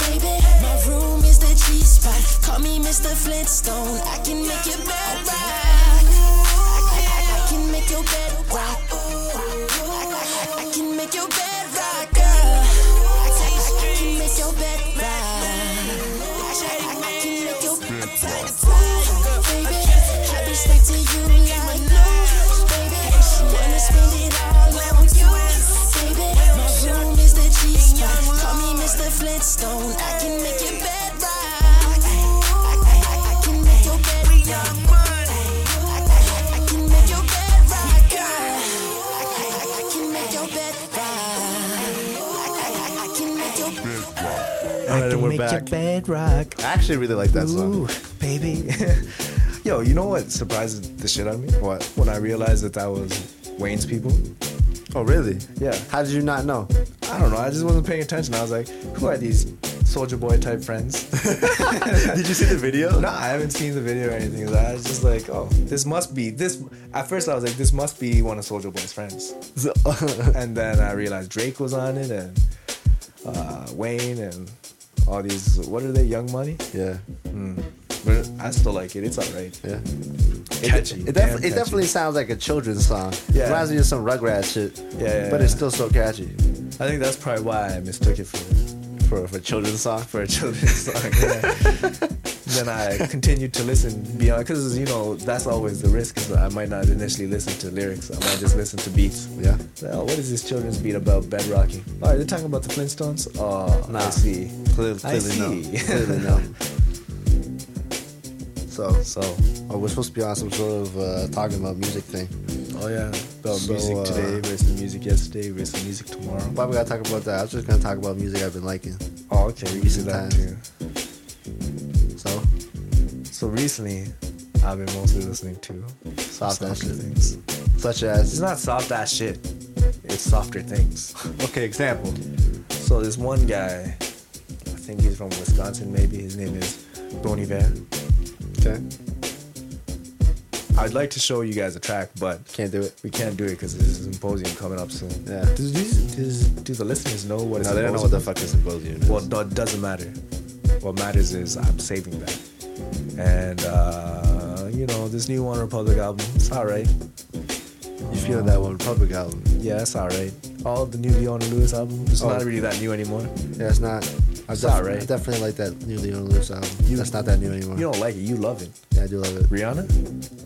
G: baby. My room is the G spot. Call me Mr. Flintstone. I can make your bed rock. I, I, I, I can make your bed rock. Ooh, I, I, I, I can make your bed rock, girl. I, I, I, I can make your bed rock. I, I, I, I can make your bed rock. Ooh, baby, I be stuck to you like glue. Wanna spend it all on you, baby. My room is the G spot. Call me Mr. Flintstone. I can make your bed rock. I, I, I, I can make your bed rock. I, I, I, I can make your bed rock, girl. I, I, I, I can make your bed rock. I, I, I, I can make your
C: All right,
D: can
C: we're
D: make your
C: back. bed rock.
D: I actually really like that
C: Ooh,
D: song.
C: baby. Yo, you know what surprises the shit out of me? What? When I realized that that was Wayne's people.
D: Oh, really?
C: Yeah.
D: How did you not know?
C: I don't know. I just wasn't paying attention. I was like, who are these soldier boy type friends?
D: Did you see the video?
C: No, I haven't seen the video or anything. I was just like, oh, this must be this. At first, I was like, this must be one of Soldier Boy's friends. and then I realized Drake was on it, and uh, Wayne, and all these. What are they? Young Money.
D: Yeah.
C: But I still like it. It's alright.
D: Yeah.
C: Catchy.
D: It,
C: damn
D: def-
C: catchy.
D: it definitely sounds like a children's song.
C: Yeah.
D: Reminds me of some Rugrats shit.
C: Yeah, yeah,
D: But it's
C: yeah.
D: still so catchy
C: I think that's probably why I mistook it for
D: for for a children's song.
C: for a children's song. yeah. then I continued to listen beyond because you know that's always the risk. Is I might not initially listen to lyrics. I might just listen to beats.
D: Yeah.
C: Well, what is this children's beat about bedrocking? Oh, they're talking about the Flintstones. Oh,
D: Nah.
C: I see.
D: Clearly,
C: I
D: clearly no.
C: see.
D: Clearly no. So,
C: So,
D: oh, we're supposed to be on some sort of uh, talking about music thing.
C: oh yeah, about
D: So,
C: music
D: uh,
C: today versus music yesterday versus music tomorrow.
D: Why we gotta talk about that? I was just gonna talk about music I've been liking.
C: Oh, okay, we can do
D: Recent
C: that too.
D: times. So,
C: So recently, I've been mostly listening to
D: soft that
C: softer
D: shit.
C: things.
D: Such
C: It's
D: as
C: not soft ass shit. It's softer things.
D: okay, example.
C: So this one guy, I think he's from Wisconsin. Maybe his name is Bon Iver.
D: Okay,
C: I'd like to show you guys a track, but
D: can't do it.
C: we can't do it because there's a symposium coming up soon.
D: Yeah.
C: Does, does, does, do the listeners know what?
D: No,
C: a
D: they don't know what the
C: symposium
D: fuck is symposium. Is.
C: is? Well, that doesn't matter. What matters is I'm saving that. And uh, you know this new One Republic album, it's alright.
D: you feel that one Republic album?
C: Yeah, it's alright. All the new Leona Lewis album, it's
D: Oh.
C: not really that new anymore.
D: Yeah, it's not. I,
C: It's
D: def-
C: alright.
D: I definitely like that new Leon Lewis album. That's not that new anymore.
C: You don't like it, you love it.
D: yeah, I do love it.
C: Rihanna,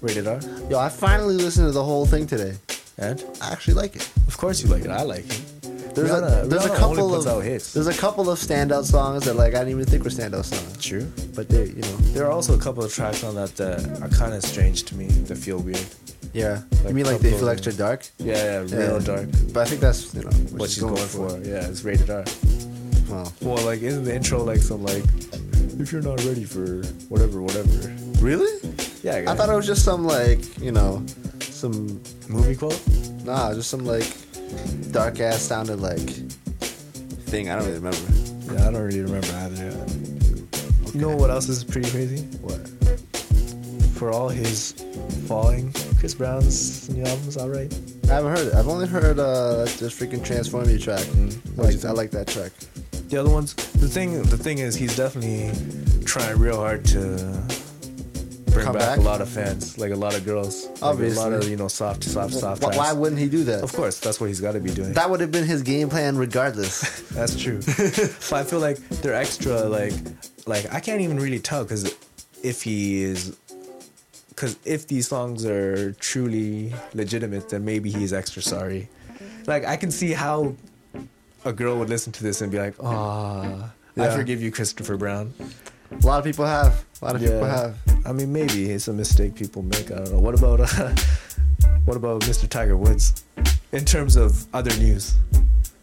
C: rated R,
D: Yo, I finally listened to the whole thing today.
C: and
D: I actually like it.
C: Of course you like it. I like it.
D: There's
C: Rihanna-
D: a there's
C: Rihanna
D: a
C: only
D: couple
C: puts
D: of
C: out hits.
D: there's a couple of standout songs that like I didn't even think were standout songs.
C: True,
D: but they you know
C: There are also a couple of tracks on that that are kind of strange to me. That feel weird.
D: yeah. you mean like they
C: couple
D: feel
C: of-
D: extra dark?
C: Yeah, yeah, real dark.
D: But I think that's you know
C: What she's going for. Yeah, it's rated R.
D: Wow.
C: Well, like isn't the intro like some like, if you're not ready for whatever, whatever.
D: Really?
C: Yeah,
D: I thought it was just some like you know some
C: movie quote.
D: Nah, just some like dark ass sounded like thing. I don't really remember.
C: Yeah, I don't really remember either. You know what else is pretty crazy?
D: What?
C: For all his falling, Chris Brown's new album's alright.
D: I haven't heard it. I've only heard uh this freaking transform you track.
C: Mm-hmm.
D: I like I like that track.
C: The other ones, the thing, the thing is, he's definitely trying real hard to bring
D: Come
C: back,
D: back?
C: a lot of fans, like a lot of girls, Like,
D: Obviously.
C: a lot of you know soft, soft, soft.
D: Wh- why
C: tracks.
D: wouldn't he do that?
C: Of course, that's what he's got to be doing.
D: That would have been his game plan regardless.
C: That's true. but I feel like they're extra. Like, like I can't even really tell because if he is, because if these songs are truly legitimate, then maybe he's extra sorry. Like I can see how a girl would listen to this and be like, "Ah, I
D: Yeah.
C: forgive you, Christopher Brown."
D: a lot of people have. A lot of people have.
C: I mean, maybe it's a mistake people make. I don't know. What about uh, what about Mr. Tiger Woods? In terms of other news,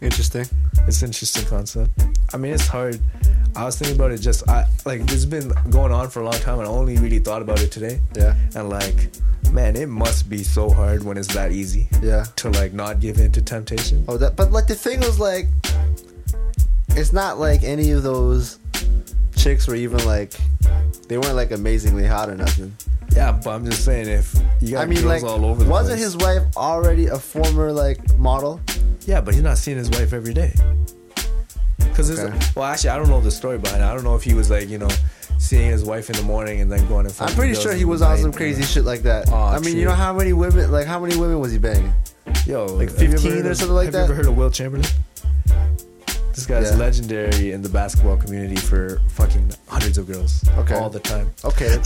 D: Interesting.
C: it's an interesting concept. I mean, it's hard. I was thinking about it just I like this has been going on for a long time, and I only really thought about it today.
D: Yeah.
C: And like, man, it must be so hard when it's that easy
D: Yeah.
C: to like not give in to temptation.
D: Oh, that. But like the thing was like, it's not like any of those chicks were even like, they weren't like amazingly hot or nothing.
C: Yeah, but I'm just saying if you got
D: I mean,
C: girls
D: like,
C: all over the
D: wasn't
C: place-
D: his wife already a former like model?
C: Yeah, but he's not seeing his wife every day. Cause
D: Okay.
C: it's well, actually, I don't know the story behind it. I don't know if he was like you know seeing his wife in the morning and then going and.
D: I'm
C: fucking
D: pretty
C: girls
D: sure he
C: in the
D: was on
C: night,
D: some
C: you
D: crazy
C: know.
D: shit like that.
C: Aw,
D: I mean, you
C: true.
D: know how many women, like how many women was he banging?
C: Yo,
D: Like
C: have you ever
D: 15
C: heard
D: or
C: of-
D: something like
C: Have you ever
D: that?
C: heard of Will Chamberlain? This guy's
D: Yeah.
C: legendary in the basketball community for fucking hundreds of girls
D: Okay.
C: all the time.
D: Okay.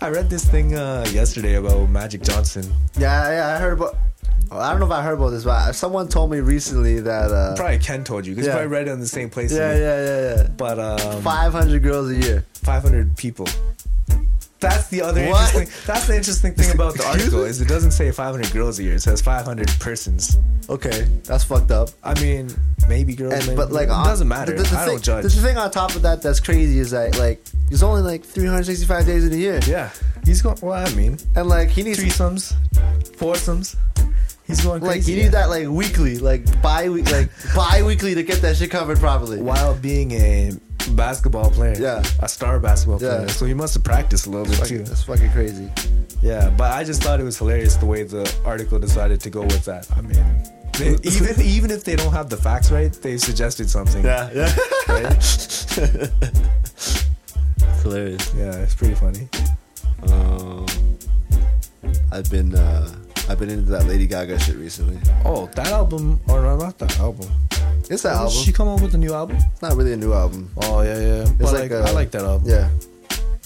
C: I read this thing uh, yesterday about Magic Johnson.
D: yeah, yeah, I heard about. well, I don't know if I heard about this, but someone told me recently that. Uh,
C: Probably Ken told you because
D: Yeah.
C: you probably read it in the same place.
D: yeah,
C: as me.
D: yeah, yeah, yeah.
C: But um,
D: 500 girls a year.
C: 500 people. That's the other
D: What?
C: interesting. That's the interesting thing about the article is it doesn't say 500 girls a year. It says 500 persons.
D: Okay, that's fucked up.
C: I mean, maybe girls,
D: And
C: maybe
D: but like,
C: it
D: on-
C: doesn't matter.
D: The, the, the
C: I
D: thing,
C: don't judge.
D: The thing on top of that that's crazy is that like there's only like 365 days in a year,
C: yeah, he's going. Well, I mean,
D: and like he needs
C: threesomes, foursomes. He's going
D: like
C: crazy.
D: you need that like weekly, like bi week, like bi weekly to get that shit covered properly.
C: while being a basketball player.
D: Yeah.
C: a star basketball
D: Yeah.
C: player. So he must have practiced a little bit
D: Fuck,
C: too.
D: that's fucking crazy.
C: Yeah, but I just thought it was hilarious the way the article decided to go with that. I mean, they, even even if they don't have the facts right, they suggested something.
D: yeah.
C: right?
D: It's hilarious.
C: yeah, it's pretty funny.
D: Um, I've been uh, I've been into that Lady Gaga shit recently.
C: Oh, that album or no, not that album?
D: It's that
C: Didn't
D: album.
C: She come out with a new album?
D: It's not really a new album.
C: Oh yeah, yeah. But
D: It's
C: like,
D: like,
C: I
D: uh,
C: like that album.
D: Yeah,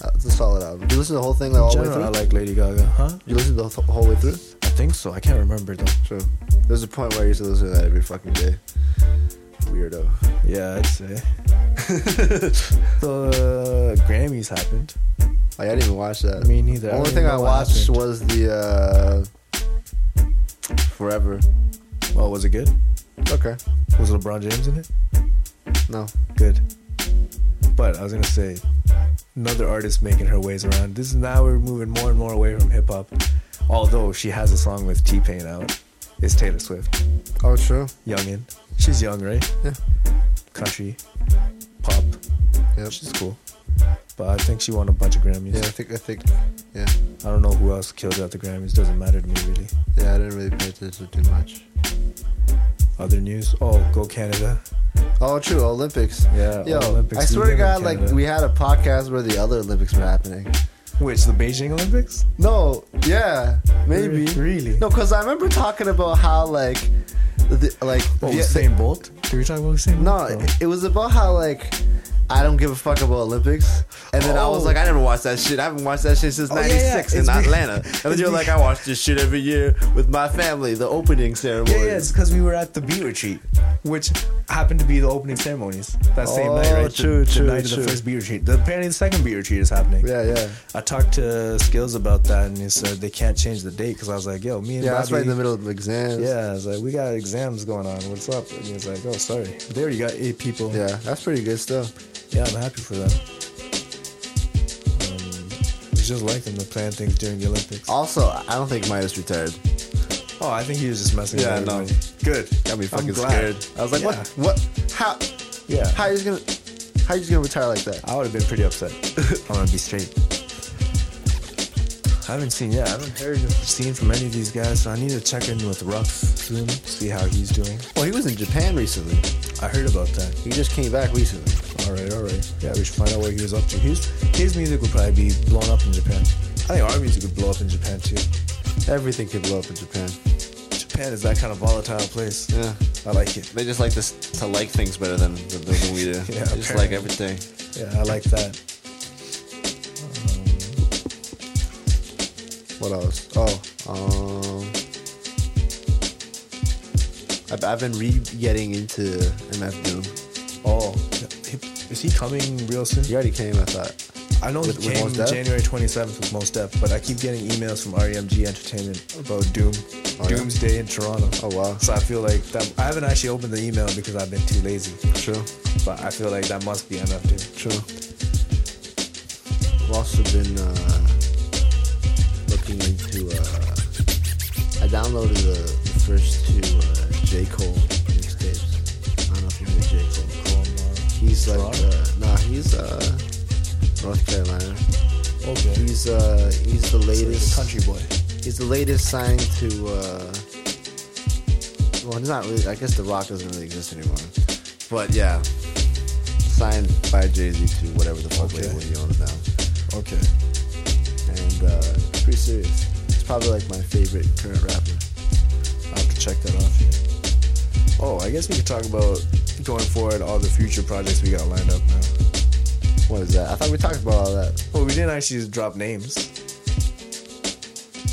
D: Uh, it's a solid album. You listen to the whole thing like all
C: In
D: the way
C: general,
D: through.
C: I like Lady Gaga, huh?
D: you listen to the whole- whole way through.
C: I think so. I can't remember though.
D: True. There's a point where I used to listen to that every fucking day. Weirdo.
C: Yeah, I'd say. the Grammys happened.
D: Like I didn't even watch that.
C: Me neither.
D: The
C: I
D: only
C: don't
D: thing
C: even
D: I
C: know what
D: watched
C: happened.
D: was the uh Forever.
C: Oh, was it good?
D: uh, Okay.
C: Was LeBron James in it?
D: No.
C: Good. But I was gonna say, another artist making her ways around. This is now we're moving more and more away from hip hop. Although she has a song with T Pain out, it's Taylor Swift,
D: Oh true.
C: youngin. She's young, right?
D: Yeah.
C: Country, pop.
D: Yep.
C: She's cool. But I think she won a bunch of Grammys.
D: Yeah, I think I think yeah.
C: I don't know who else killed it at the Grammys. Doesn't matter to me really.
D: Yeah, I didn't really pay attention too much.
C: Other news. Oh, go Canada.
D: Oh true, Olympics.
C: Yeah.
D: Yo,
C: Olympics.
D: I
C: We
D: swear to
C: live in
D: God, like
C: Canada.
D: we had a podcast where the other Olympics were happening.
C: Which the Beijing Olympics?
D: No, yeah, maybe.
C: Re- really?
D: No, because I remember talking about how like, the, like
C: Oh,
D: Viet-
C: Usain Bolt? Did we talk about Usain Bolt?
D: No, it, it was about how like I don't give a fuck about Olympics. And then I was
C: Oh.
D: like, I never watched that shit. I haven't watched that shit since
C: Oh, yeah, yeah.
D: '96 in
C: It's be-
D: Atlanta. And then
C: it's
D: you're
C: be-
D: like, I watch this shit every year with my family. The opening ceremony.
C: Yeah, yeah, it's because we were at the beat retreat, which happened to be the opening ceremonies that same night,
D: Oh,
C: right? The-
D: true,
C: the,
D: true,
C: night of
D: true.
C: the first beat retreat. The, apparently, the second beat retreat is happening.
D: Yeah, yeah.
C: I talked to Skills about that, and he said they can't change the date because I was like, "Yo, me and
D: Yeah, that's right in
C: Bobby-
D: the middle of exams.
C: Yeah, I was like, "We got exams going on. What's up?" And he was like, "Oh, sorry, they already got eight people."
D: Yeah, that's pretty good stuff.
C: Yeah, I'm happy for them. Um, it's just like them to plan things during the Olympics.
D: Also, I don't think Midas retired.
C: Oh, I think he was just messing
D: Yeah,
C: with
D: no.
C: everybody. Good.
D: Got me
C: I'm
D: fucking
C: glad.
D: scared. I was like,
C: Yeah.
D: what? What? How?
C: Yeah.
D: How you gonna? How you just gonna retire like that?
C: I would have been pretty upset. I'm gonna be straight. I haven't seen yeah, I haven't heard or seen from any of these guys, so I need to check in with Ruff soon, see how he's doing.
D: Well, he was in Japan recently.
C: I heard about that.
D: He just came back recently.
C: All right, all right. Yeah, we should find out what he was up to. His his music would probably be blown up in Japan. I think our music would blow up in Japan too.
D: Everything could blow up in Japan.
C: Japan is that kind of volatile place.
D: Yeah.
C: I like it.
D: They just like this to like things better than than, than we do.
C: Yeah,
D: They just like everything.
C: Yeah, I like that.
D: What else? Oh, um, I've, I've been re-getting into MF Doom.
C: Oh, he- is he coming real soon?
D: He already came, I thought.
C: I know
D: With-
C: he
D: with
C: came
D: Mos Def?
C: January 27th with Most Def, but I keep getting emails from REMG Entertainment about Doom,
D: Oh, yeah?
C: Doomsday in Toronto.
D: Oh wow,
C: So I feel like that I haven't actually opened the email because I've been too lazy,
D: true,
C: but I feel like that must be enough to.
D: true. I've also been uh, looking into. Uh, I downloaded the, the first two uh, J Cole mixtapes. I don't know if you heard of J Cole. He's like, uh, nah, he's uh, North Carolina.
C: Okay.
D: He's uh, he's the latest
C: country boy.
D: He's the latest sign to. Uh, well, it's not really. I guess The Rock doesn't really exist anymore. But yeah, signed by Jay Z to whatever the fuck
C: Okay.
D: label he owns now,
C: Okay.
D: and uh, it's pretty serious. It's probably like my favorite current rapper.
C: I'll have to check that off. Oh, I guess we could talk about going forward all the future projects we got lined up now.
D: What is that? I thought we talked about all that.
C: Well, we didn't actually drop names.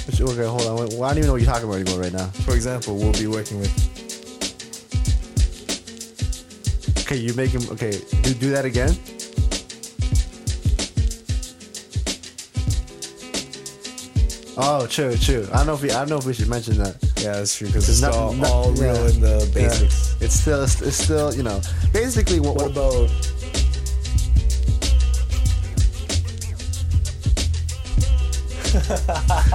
D: But you- Okay, hold on. Wait, well, I don't even know what you're talking about anymore right now.
C: For example, we'll be working with.
D: Okay, you're making. Okay, do do that again. Oh, true, true. I don't know if we, I don't know if we should mention that.
C: Yeah, that's true because it's
D: Not-
C: all,
D: not-
C: all real
D: yeah.
C: in the
D: Yeah.
C: basics.
D: It's still, it's, it's still, you know, basically what,
C: What about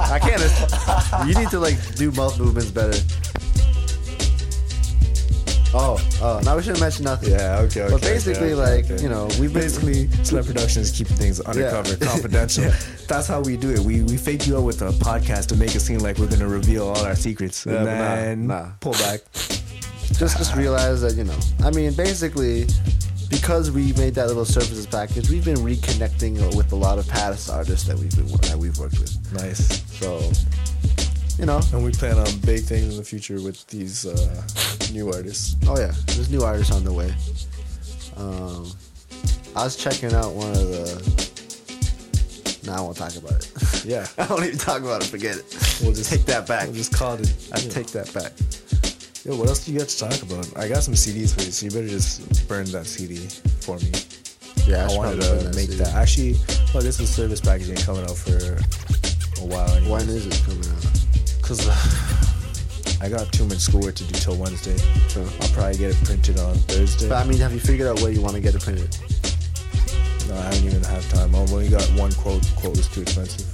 D: I can't. you need to like do mouth movements better. Oh, oh, now we shouldn't mention nothing.
C: Yeah, okay. okay
D: But basically, like you know, we've been
C: basically Slam Productions is keeping things undercover, confidential.
D: Yeah.
C: That's how we do it. We we fake you out with a podcast to make it seem like we're gonna reveal all our secrets,
D: Yeah,
C: and
D: but nah,
C: then
D: nah.
C: pull back.
D: just
C: ah.
D: just realize that you know i mean basically because we made that little services package we've been reconnecting with a lot of past artists that we've been that we've worked with
C: nice.
D: so you know
C: And we plan on big things in the future with these uh, new artists.
D: oh yeah there's new artists on the way um i was checking out one of the no, I won't talk about it.
C: Yeah.
D: I won't even talk about it. Forget it.
C: We'll just
D: take that back.
C: We'll just call it.
D: I
C: you know.
D: take that back.
C: Yo, what else do you got to talk about? I got some CDs for you, so you better just burn that CD for me.
D: Yeah,
C: I
D: should
C: wanted
D: probably
C: to
D: do
C: make
D: soon.
C: that. Actually, well, this is service packaging coming out for a while. Anyway.
D: When is it coming out?
C: Cause
D: uh,
C: I got too much schoolwork to do till Wednesday. So I'll probably get it printed on Thursday.
D: But I mean, have you figured out where you want to get it printed?
C: No, I haven't even had time. I've only got one quote. Quote was too expensive.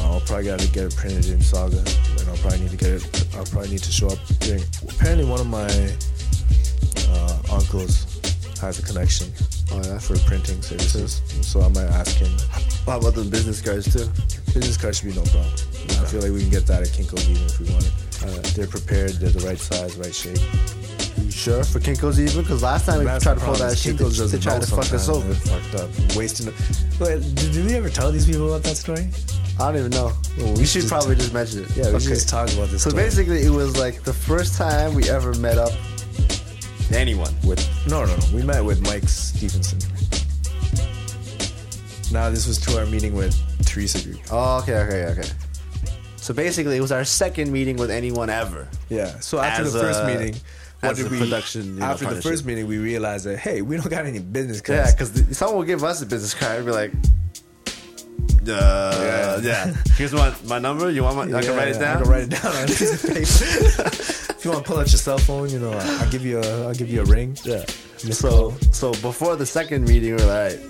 C: I'll probably gotta get it printed in Saga, and I'll probably need to get it. I'll probably need to show up during. Apparently, one of my uh, uncles has a connection
D: Oh yeah.
C: for printing services, so I might ask him.
D: How about the business cards too?
C: Business card should be no problem. I feel like we can get that at Kinko's even if we want it. Uh, they're prepared. They're the right size, right shape.
D: You sure for Kinko's even? Because last time we
C: That's
D: tried
C: the
D: to pull
C: problem,
D: that
C: is
D: shit,
C: Kinko's
D: they, they
C: doesn't
D: tried
C: know
D: to fuck us
C: sometimes,
D: over.
C: they're Fucked up, wasting. Wait, did, did we ever tell these people about that story?
D: I don't even know.
C: Well, we
D: we should
C: just-
D: probably just mention it.
C: Yeah, we should
D: Okay.
C: just talk about this.
D: So
C: story.
D: basically, it was like the first time we ever met up. Anyone?
C: with no, no, no. We met with Mike Stevenson. Now this was to our meeting with Teresa Group.
D: Oh, okay, okay, okay. So basically, it was our second meeting with anyone ever.
C: Yeah. So after the first meeting, what
D: as
C: did
D: a
C: we?
D: production, you know,
C: after the
D: partnership.
C: first meeting, we realized that hey, we don't got any business
D: Yeah,
C: cards.
D: because someone will give us a business card and be like, uh, yeah.
C: Yeah.
D: Here's my, my number. You want my? I can
C: Yeah,
D: write it
C: yeah,
D: down.
C: I can write it down on a piece of paper. if you want to pull out your cell phone, you know, I- I'll give you a, I'll give you a ring. Yeah.
D: So so before the second meeting, we were like,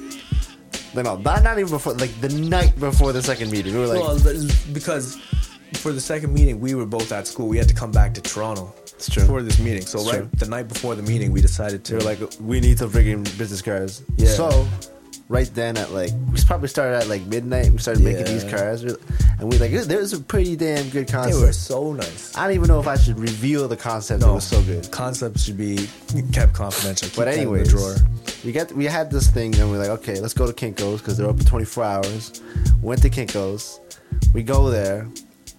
D: no, no, not, not even before. Like the night before the second meeting, we were like,
C: well, th- because for the second meeting, we were both at school. We had to come back to Toronto. It's
D: true.
C: For this meeting, so
D: It's
C: right
D: true.
C: the night before the meeting, we decided to
D: we were like, we need some freaking business cards.
C: Yeah.
D: So right then at like we probably started at like midnight. We started making these
C: Yeah.
D: cards, We- and we like there's a pretty damn good
C: they
D: concept.
C: were so nice.
D: I don't even know if I should reveal the concept. It
C: No.
D: was so good.
C: Concepts should be kept confidential. Keep
D: But
C: that in the
D: anyways,
C: drawer.
D: we got we had this thing and we're like, okay, let's go to Kinkos because they're open 24 hours. Went to Kinkos, we go there.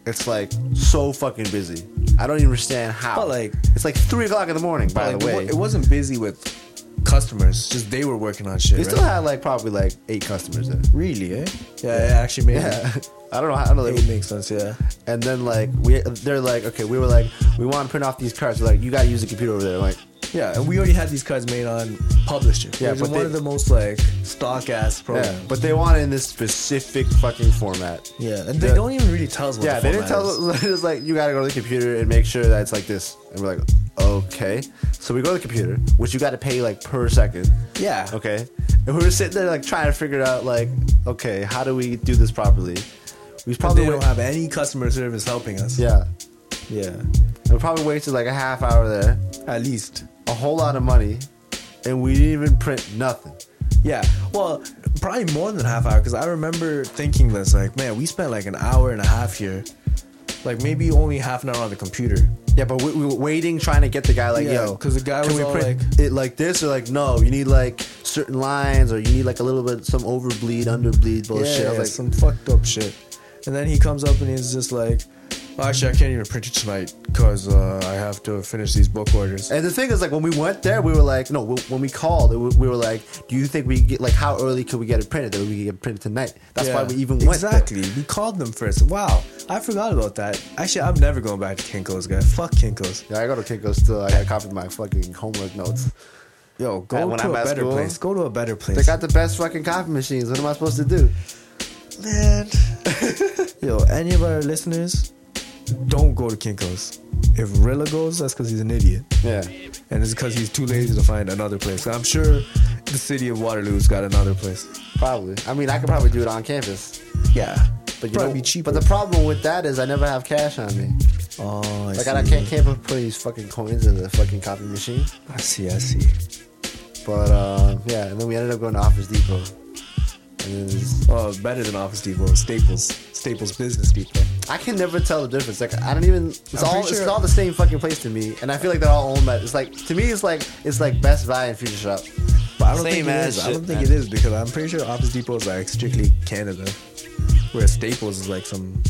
D: It's like so fucking busy. I don't even understand how.
C: But, like-
D: it's like three o'clock in the morning. By
C: Like,
D: the
C: it
D: way,
C: wa- it wasn't busy with customers. Just they were working on shit.
D: we
C: right?
D: still had like probably like eight customers there.
C: really, eh? Yeah, it actually made
D: Yeah, I don't know. How, I don't know.
C: it would make sense. Yeah.
D: And then like we, they're like, okay, we were like, we want to print off these cards. They're like, you gotta use the computer over there. I'm like,
C: Yeah, and we already had these cards made on Publisher.
D: Yeah,
C: Yeah, which
D: but
C: is one
D: they-
C: of the most like stock ass programs.
D: yeah, but they want it in this specific fucking format.
C: Yeah, and they
D: Yeah.
C: don't even really tell us. What
D: yeah,
C: the
D: they didn't
C: format
D: tell
C: is.
D: us. It's like you gotta go to the computer and make sure that it's like this. And we're like, okay. So we go to the computer, which you gotta pay like per second.
C: Yeah.
D: Okay. And we were sitting there like trying to figure out like, okay, how do we do this properly? We
C: But
D: probably
C: they
D: wait-
C: don't have any customer service helping us.
D: yeah.
C: yeah,
D: And we probably wasted like a half hour there,
C: at least.
D: a whole lot of money, and we didn't even print nothing.
C: Yeah, well, probably more than half hour because I remember thinking this like, man, we spent like an hour and a half here, like maybe only half an hour on the computer.
D: Yeah, but we, we were waiting trying to get the guy like,
C: Yeah,
D: yo,
C: 'cause the guy
D: can
C: was
D: we
C: all
D: print it like this or like no, you need like certain lines or you need like a little bit some overbleed, underbleed bullshit.
C: Yeah,
D: I was like,
C: some fucked up shit. And then he comes up and he's just like, actually, I can't even print it tonight because uh, I have to finish these book orders.
D: And the thing is, like, when we went there, we were like, no, w- when we called, we we were like, do you think we get, like, how early could we get it printed? That we could get it printed tonight. That's why
C: Yeah,
D: we even went. there.
C: Exactly. We called them first. Wow. I forgot about that. Actually, I'm never going back to Kinko's, guys. Fuck Kinko's.
D: Yeah, I go to Kinko's still. I got copied my fucking homework notes.
C: Yo,
D: Yeah,
C: go
D: when
C: to
D: I'm
C: a
D: at
C: better
D: school,
C: place. Go to a better place.
D: They got the best fucking copy machines. What am I supposed to do?
C: man. Yo, any of our listeners, don't go to Kinko's. If Rilla goes, that's because he's an idiot.
D: Yeah.
C: And it's because he's too lazy to find another place. I'm sure the city of Waterloo's got another place.
D: Probably. I mean, I could probably do it on campus.
C: Yeah.
D: But you
C: Probably
D: know,
C: be cheaper.
D: But the problem with that is I never have cash on me.
C: Oh, I
D: Like,
C: see.
D: I can't, can't put these fucking coins in the fucking copy machine.
C: I see, I see.
D: But, uh, yeah, and then we ended up going to Office Depot. And then
C: Oh, better than Office Depot. Staples. Staples Business Depot.
D: I can never tell the difference. Like I don't even. It's
C: I'm
D: all.
C: pretty
D: It's
C: sure-
D: all the same fucking place to me, and I feel like they're all owned by. It's like to me, it's like it's like Best Buy and Future Shop.
C: But I don't
D: Same
C: think it
D: as
C: is. I
D: shit,
C: don't think
D: man.
C: it is because I'm pretty sure Office Depot is like strictly Canada, whereas Staples is like some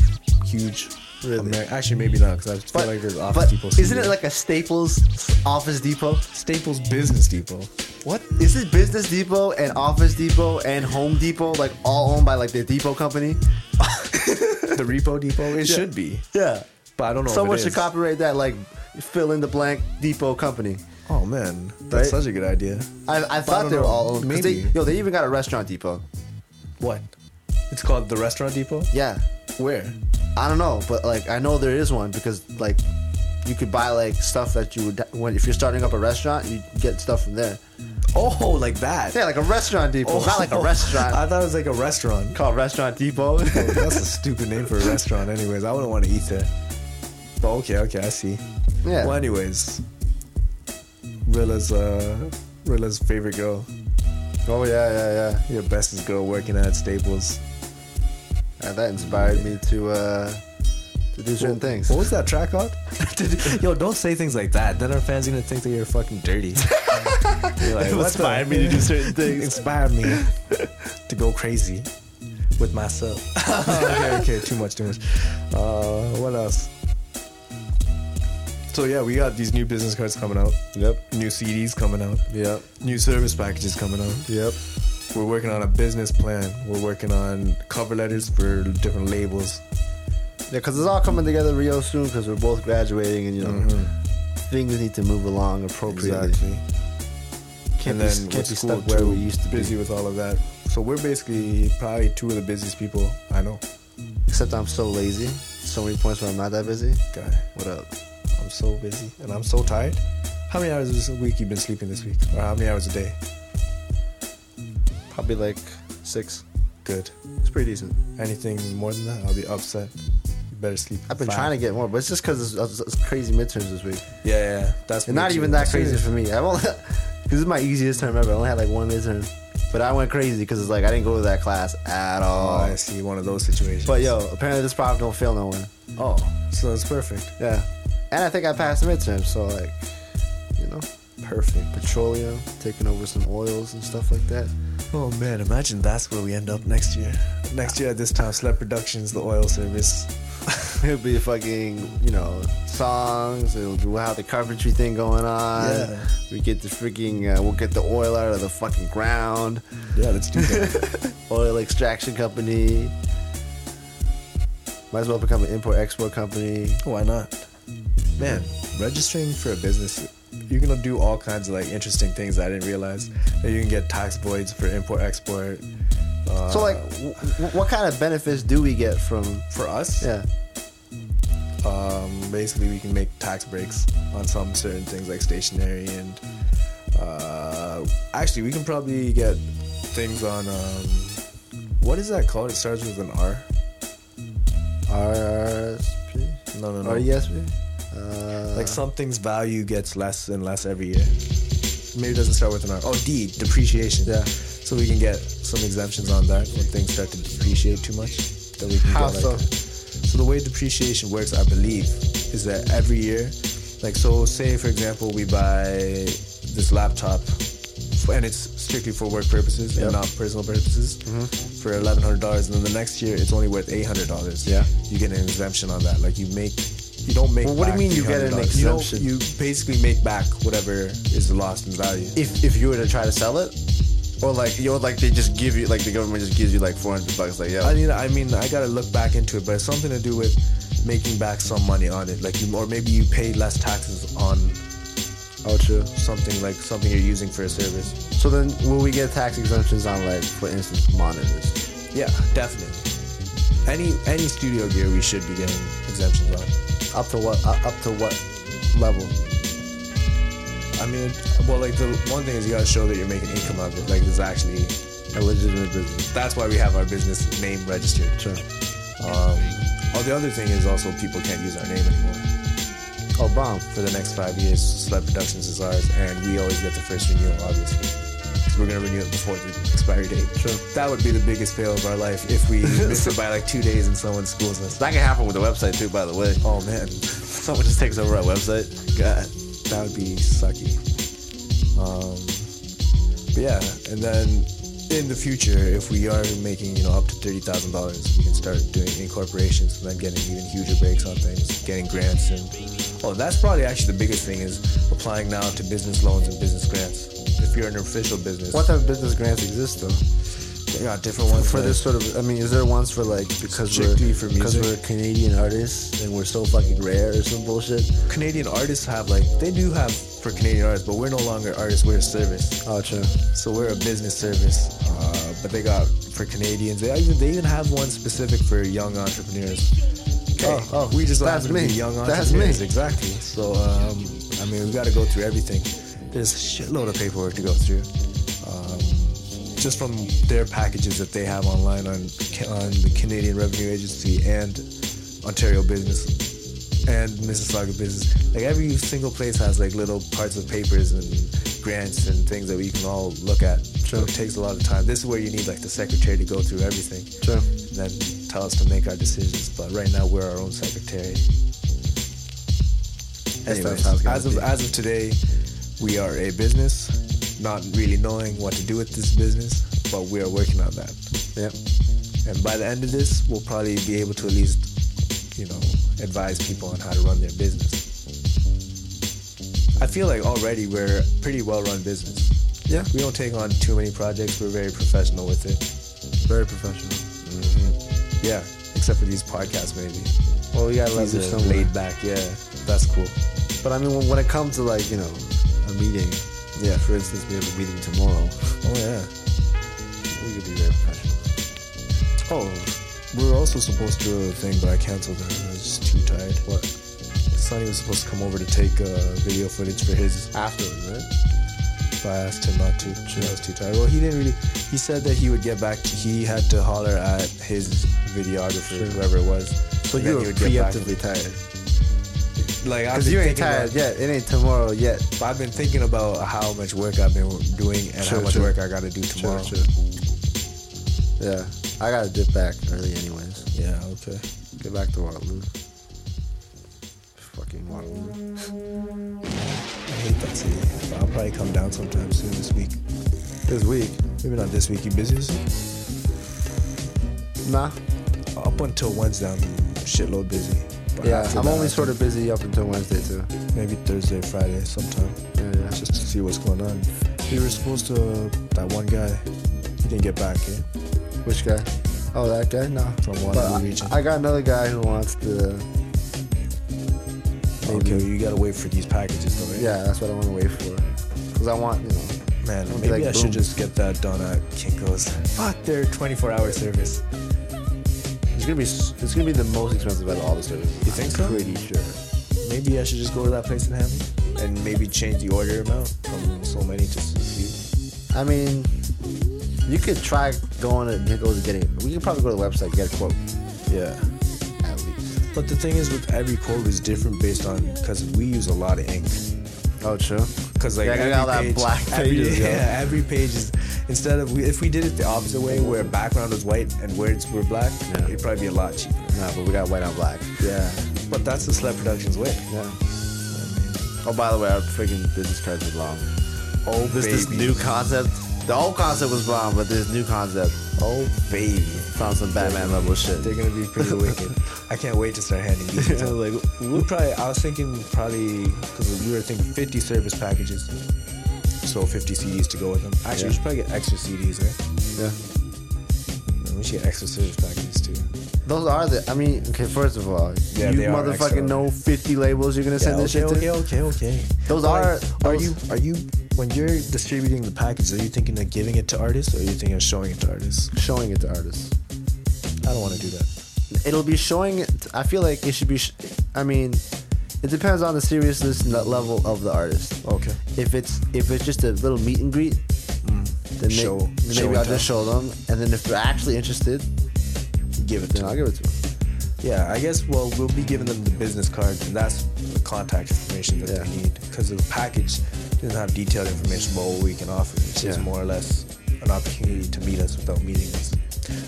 C: huge.
D: Really?
C: Ameri- Actually, maybe not because I feel
D: But,
C: like there's Office
D: but
C: Depot.
D: isn't it
C: somewhere.
D: like a Staples Office Depot?
C: Staples Business Depot?
D: What is it? Business Depot and Office Depot and Home Depot, like all owned by like the Depot company.
C: the Repo Depot? It should be,
D: Yeah.
C: but I don't know.
D: Someone
C: if it
D: should
C: is.
D: copyright that, like fill in the blank Depot company.
C: Oh man, that's
D: Right?
C: such a good idea.
D: I, I
C: I
D: thought
C: don't
D: they were
C: know.
D: all owned. 'cause They,
C: Maybe.
D: yo, they even got a restaurant depot.
C: What? It's called the Restaurant Depot.
D: Yeah.
C: Where?
D: I don't know, but like I know there is one because like you could buy like stuff that you would when if you're starting up a restaurant, you get stuff from there.
C: Oh, like that. Oh.
D: Yeah, like a restaurant depot, not like a restaurant
C: I thought it was like a restaurant.
D: called Restaurant Depot.
C: That's a stupid name for a restaurant, anyways. I wouldn't want to eat there. But okay, okay, I see.
D: Yeah.
C: Well, anyways, Rilla's uh, Rilla's favorite girl,
D: oh yeah, yeah, yeah,
C: your bestest girl, working at Staples.
D: Yeah, That inspired me to uh to do certain things.
C: What was that track on? Did- Yo, don't say things like that. Then our fans are gonna think that you're fucking dirty. You're like, what the-
D: Inspired me to do certain things.
C: Inspired me to go crazy with myself. okay, okay, too much, too much. Uh, what else? So yeah, we got these new business cards coming out.
D: Yep.
C: New CDs coming out.
D: Yep.
C: New service packages coming out.
D: Yep.
C: We're working on a business plan. We're working on cover letters for different labels.
D: Yeah, because it's all coming together real soon because we're both graduating and, you know, things need to move along appropriately.
C: Exactly. and
D: Can't be,
C: then
D: can't
C: with
D: be
C: school
D: stuck where
C: too,
D: we used to
C: busy
D: be.
C: with all of that. So we're basically probably two of the busiest people I know.
D: Except I'm so lazy. So many points where I'm not that busy.
C: God,
D: what up?
C: I'm so busy and I'm so tired. How many hours a week you been sleeping this week? Or how many hours a day?
D: Probably like six.
C: Good.
D: It's pretty decent.
C: Anything more than that, I'll be upset. You better sleep.
D: I've been
C: five.
D: trying to get more, but it's just because it's, it's crazy midterms this week.
C: Yeah, yeah. That's
D: And not
C: me
D: even
C: too.
D: that crazy for me. I've only, this is my easiest term ever. I only had like one midterm, but I went crazy because it's like I didn't go to that class at
C: Oh,
D: all.
C: I see. One of those situations.
D: But yo, apparently this problem don't fail no one.
C: Oh, so that's perfect.
D: Yeah, and I think I passed the midterm, so like, you know,
C: Perfect.
D: petroleum taking over some oils and stuff like that.
C: Oh man, imagine that's where we end up next year. Next year at this time, Sled Productions, the oil service.
D: It'll be fucking, you know, songs. It'll be we'll have the carpentry thing going on.
C: Yeah.
D: We get the freaking, uh, we'll get the oil out of the fucking ground.
C: Yeah, let's do that.
D: Oil extraction company. Might as well become an import export company.
C: Why not? Man, registering for a business, you're gonna do all kinds of like interesting things that I didn't realize. That you can get tax voids for import export. Uh,
D: So, like, w- w- what kind of benefits do we get from?
C: for us,
D: Yeah,
C: um, basically we can make tax breaks on some certain things like stationery and uh, actually we can probably get things on um, what is that called? It starts with an R.
D: RRSP,
C: No, no, no.
D: RESP. Uh,
C: Like something's value gets less and less every year. Maybe it doesn't start with an R. Oh, D, depreciation.
D: Yeah.
C: So we can get some exemptions on that when things start to depreciate too much. Then we can
D: How
C: get
D: so?
C: like, So the way depreciation works, I believe, is that every year, like so, say for example, we buy this laptop, f- and it's strictly for work purposes
D: Yep.
C: and not personal purposes,
D: Mm-hmm.
C: for eleven hundred dollars, and then the next year it's only worth eight hundred dollars.
D: Yeah.
C: you get an exemption on that. Like you make, you don't make.
D: Well, what do you
C: back
D: mean you get
C: $800?
D: an
C: You don't-
D: exemption?
C: You, basically make back whatever is lost in value.
D: if if you were to try to sell it, or like you know, like they just give you, like the government just gives you like four hundred bucks, like yeah.
C: I mean, I mean, I gotta look back into it, but it's something to do with making back some money on it, like you, or maybe you pay less taxes on
D: oh, true.
C: something like something you're using for a service.
D: So then, will we get tax exemptions on like, for instance, monitors?
C: Yeah, definitely. Any any studio gear we should be getting exemptions on.
D: Up to what? Uh, up to what level?
C: I mean, well, like the one thing is you gotta show that you're making income out of it. Like there's actually
D: A legitimate business.
C: that's why we have our business name registered.
D: Sure.
C: Um, oh, the other thing is also people can't use our name anymore
D: Oh, bomb.
C: for the next five years. Sled Productions is ours, and we always get the first renewal, obviously. Because we're gonna renew it before the expiry date. Sure. That would be the biggest fail of our life if we miss it by like two days and someone schools us.
D: That can happen with the website too, by the way.
C: Oh man,
D: Someone just takes over our website. God.
C: that would be sucky. Um, but yeah, and then in the future, if we are making you know up to thirty thousand dollars, we can start doing incorporations and then getting even huger breaks on things, getting grants and oh, that's probably actually the biggest thing is applying now to business loans and business grants. If you're an official business,
D: What type of business grants exist though?
C: they got different ones
D: For
C: that-
D: this sort of, I mean, is there ones for like because
C: Strictly
D: we're
C: for
D: because we're
C: music?
D: Canadian artists and we're so fucking rare or some bullshit?
C: Canadian artists have like they do have for Canadian artists, but we're no longer artists. We're a service.
D: Oh, true.
C: So we're a business service, uh, but they got for Canadians. They even, they even have one specific for young entrepreneurs. Okay.
D: Oh, oh,
C: we just
D: that's
C: happen to be
D: me.
C: young
D: That's
C: entrepreneurs,
D: me.
C: exactly. So um, I mean, we got to go through everything. There's a shitload of paperwork to go through, um, just from their packages that they have online on on the Canadian Revenue Agency and Ontario Business and Mississauga Business. Like every single place has like little parts of papers and grants and things that we can all look at. So it takes a lot of time. This is where you need like the secretary to go through everything.
D: True.
C: And then tell us to make our decisions. But right now we're our own secretary.
D: That's
C: Anyways,
D: how it's gonna
C: as of
D: be.
C: as of today, we are a business, not really knowing what to do with this business, but we are working on that.
D: Yep.
C: And by the end of this, we'll probably be able to at least, you know, advise people on how to run their business. I feel like already we're a pretty well run business. Yeah. We don't take on too many projects. We're very professional with it. Very professional. hmm Yeah. Except for these podcasts, maybe.
D: Well, we gotta let
C: These
D: this
C: are
D: somewhere.
C: laid back. Yeah, that's cool.
D: But I mean, when, when it comes to like you know a meeting, yeah. For instance, we have a meeting tomorrow.
C: Oh yeah.
D: We could be very professional.
C: Oh, we were also supposed to do a thing, but I canceled it. I was just too tired. What? Sonny was supposed to come over to take uh, video footage for his afterwards, right? But I asked him not to. I was too tired. Well, he didn't really. He said that he would get back. to He had to holler at his videographer, whoever it was.
D: So
C: and
D: you
C: then
D: were
C: he would get back.
D: preemptively tired.
C: Like I've
D: Because
C: been
D: you ain't
C: thinking
D: tired
C: about-
D: yet. It ain't tomorrow yet.
C: But I've been thinking about how much work I've been doing and
D: Sure,
C: how much
D: sure.
C: work I got to do tomorrow.
D: Yeah. I gotta dip back early, anyways.
C: Yeah. Okay.
D: Get back to Waterloo. Fucking Waterloo.
C: I hate that city. But I'll probably come down sometime soon this week.
D: This week?
C: Maybe not this week. You busy this week?
D: Nah.
C: Up until Wednesday, I'm shitload busy.
D: yeah,
C: after
D: I'm
C: that,
D: only
C: I
D: sort of busy up until Wednesday too.
C: think Maybe Thursday, Friday, sometime.
D: Yeah, yeah.
C: Just to see what's going on. We were supposed to. That one guy, he didn't get back, eh?
D: Which guy? Oh, that guy? No.
C: From Waterloo
D: But I-
C: region.
D: I got another guy who wants to. Maybe.
C: Okay, you gotta wait for these packages, though, eh?
D: Oh, Yeah, that's what I want to wait for. Cause I want, you know.
C: Man,
D: It'll be
C: maybe
D: like,
C: I
D: boom.
C: should just get that done at Kinko's. Fuck their 24 hour service.
D: It's gonna be s- it's gonna be the most expensive out of all the services. You
C: think so?
D: I'm Pretty sure.
C: Maybe I should just go to that place in Hamley and maybe change the order amount from so many to so few.
D: I mean, you could try going to Nichols and getting. We could probably go to the website and get a quote
C: Yeah.
D: at least.
C: But the thing is, with every quote is different based on because we use a lot of ink.
D: Oh, true.
C: Because like
D: Yeah, I got
C: every
D: all that
C: page,
D: black
C: every,
D: pages, yo.
C: yeah, every page is instead of we, if we did it the opposite way, where background was white and words were black,
D: Yeah.
C: it'd probably be a lot cheaper.
D: No, but we got white on black.
C: Yeah, but that's the Sled Productions way.
D: Yeah. Oh, by the way, our freaking business cards are bomb.
C: Oh
D: This
C: baby,
D: this new concept. The old concept was bomb, but this new concept
C: oh baby,
D: found some Batman level shit.
C: they're gonna be pretty wicked. I can't wait to start handing these.
D: Yeah,
C: out.
D: like,
C: we probably I was thinking probably because we were thinking 50 service packages, so 50 CDs to go with them. Actually,
D: Yeah.
C: we should probably get extra CDs, right?
D: Yeah.
C: No, we should get extra service packages too.
D: Those are the. I mean, okay. First of all,
C: Yeah,
D: you
C: they are
D: motherfucking
C: excellent.
D: know fifty labels you're gonna send this
C: okay,
D: shit to.
C: okay, okay, okay.
D: Those
C: Like,
D: are-
C: Are
D: those-
C: you are you when you're distributing the package? Are you thinking of giving it to artists, or are you thinking of showing it to artists?
D: Showing it to artists.
C: I don't want to do that.
D: it'll be showing it i feel like it should be sh- i mean it depends on the seriousness and the level of the artist
C: Okay.
D: if it's if it's just a little meet and greet then, may-
C: Show-
D: then maybe
C: show and
D: i'll
C: tell.
D: just Mm. show them and then if they're actually interested
C: Give it to.
D: then i'll give it to them
C: Yeah, I guess. Well, we'll be giving them the business card, and that's the contact information that they
D: Yeah.
C: need because the package doesn't have detailed information about what we can offer. It's just
D: Yeah.
C: more or less an opportunity to meet us without meeting us.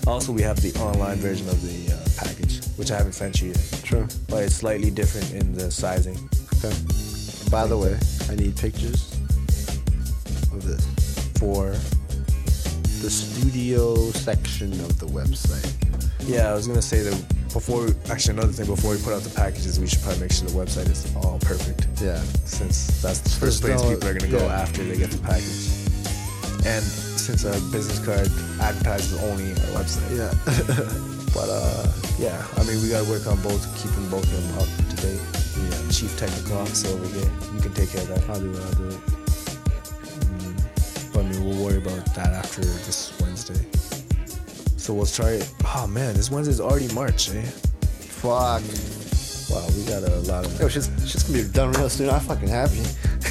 C: Also, we have the online version of the uh, package, which I haven't sent you yet,
D: true
C: but it's slightly different in the sizing.
D: okay by the way i need pictures of this
C: For
D: the studio section of the website
C: yeah, I was gonna say that before. We, actually, another thing before we put out the packages, we should probably make sure the website is all perfect.
D: yeah
C: since that's the
D: There's
C: first place
D: no-
C: people are gonna go
D: yeah.
C: after they get the package. And since our business card advertises only our website.
D: yeah
C: But uh, yeah, I mean we gotta work on both, keeping both of them up to date. The uh, chief technical officer over here, you can take care of that. I'll do it. I'll do it. But I mean, we'll worry about that after this Wednesday. So we'll try it. Oh man, this Wednesday's already March, eh?
D: fuck
C: Wow, we got a lot of.
D: yo shit's, shit's gonna be done real soon i'm fucking happy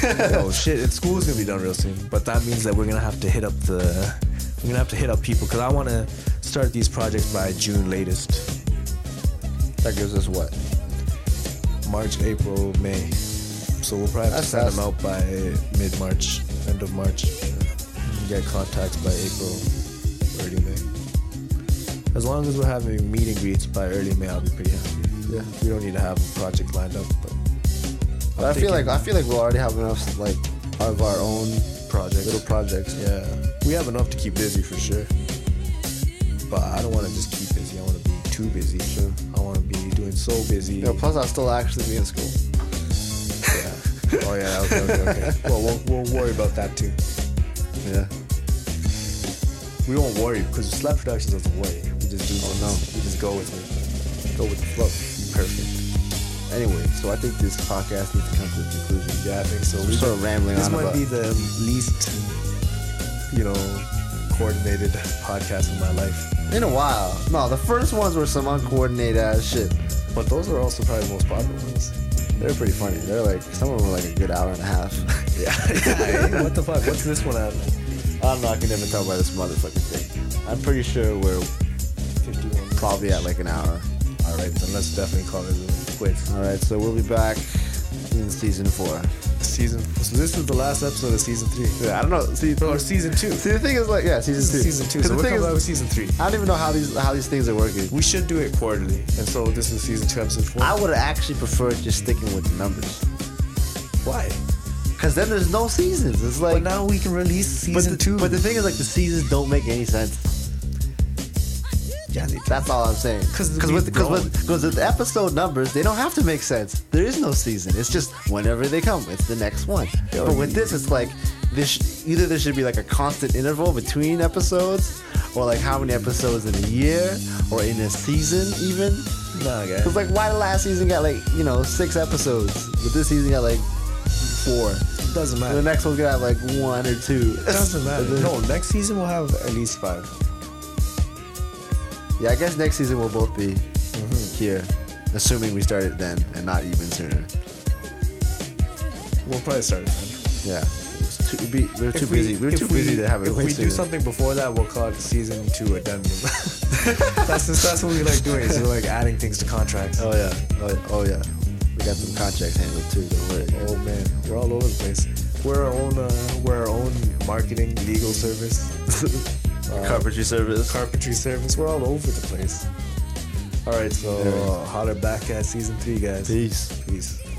C: oh shit! And school's gonna be done real soon, but that means that we're gonna have to hit up the, we're gonna have to hit up people because I want to start these projects by June latest,
D: that gives us what
C: March, April, May. So we'll probably have
D: That's
C: to send
D: fast.
C: them out by mid March, end of March. And Get contacts by April, early May. As long as we're having meet and greets by early May, I'll be pretty happy.
D: yeah
C: We don't need to have a project lined up, but
D: But I feel like I feel like we already have enough like of our own
C: projects.
D: little projects.
C: Yeah, we have enough to keep busy for sure. But I don't want to just keep busy. I want to be too busy. Sure. I want to be doing so busy.
D: You know, plus I'll still actually be in school.
C: Yeah. Oh yeah. Okay. Okay. okay. well, we'll we'll worry about that too.
D: Yeah.
C: We won't worry because Slap Productions doesn't worry. We just do. Oh no. We just go with it. Go with the flow.
D: Perfect. Anyway, so I think this podcast needs to come to a conclusion.
C: Yeah, I think so.
D: We're sort of rambling
C: This
D: on
C: might
D: about-
C: be the least, you know, coordinated podcast of my life.
D: In a while. No, the first ones were some uncoordinated ass shit.
C: But those are also probably the most popular ones.
D: They're pretty funny. They're like some of them were like a good hour and a half.
C: Yeah. Hey, what the fuck? What's this one at?
D: I'm not gonna even tell by this motherfucking thing. I'm pretty sure we're
C: 51.
D: probably at like an hour.
C: All right, then let's definitely call it a quits.
D: All right, so we'll be back in season four.
C: Season. So this is the last episode of season three.
D: Yeah, I don't know. See,
C: Or season two.
D: see, the thing is like, yeah, season
C: This
D: two.
C: is season two.
D: 'Cause
C: So we're
D: the thing
C: coming out with
D: is,
C: season three.
D: I don't even know how these how these things are working.
C: We should do it quarterly. And so this is season two, episode four.
D: I would have actually preferred just sticking with the numbers,
C: Why?
D: cause then there's no seasons. It's like
C: But now we can release
D: but
C: season
D: the,
C: two.
D: But the thing is, like, the seasons don't make any sense.
C: yeah, they
D: That's all I'm saying.
C: 'Cause
D: with
C: we've
D: because with,
C: grown.
D: 'cause with the episode numbers, they don't have to make sense. There is no season. It's just whenever they come, it's the next one.
C: Yo,
D: but with
C: you-
D: this, it's like this. sh- Either there should be like a constant interval between episodes, or like how many episodes in a year, or in a season even.
C: nah, guys.
D: Cause like, why the last season got like you know six episodes, but this season got like four.
C: doesn't
D: And the
C: matter.
D: next one's gonna have like one or two.
C: doesn't matter. No, next season we'll have at least five.
D: Yeah, I guess next season we'll both be
C: Mm-hmm.
D: here, assuming we start it then and not even sooner.
C: We'll probably start it. Then.
D: Yeah, It's too, we, we're too
C: If we-
D: busy. We're
C: if
D: too
C: we-
D: busy to have it.
C: If
D: way
C: we do
D: sooner.
C: something before that, we'll call it season two addendum. that's just, that's what we like doing. Is we like adding things to contracts.
D: Oh yeah. oh yeah, oh yeah, we got some contracts handled too. Don't worry.
C: Oh man, we're all over the place. We're our own, uh, we're our own marketing, legal service,
D: Carpentry service.
C: carpentry service. We're all over the place. All right, so uh, holler back at season three, guys.
D: Peace.
C: Peace.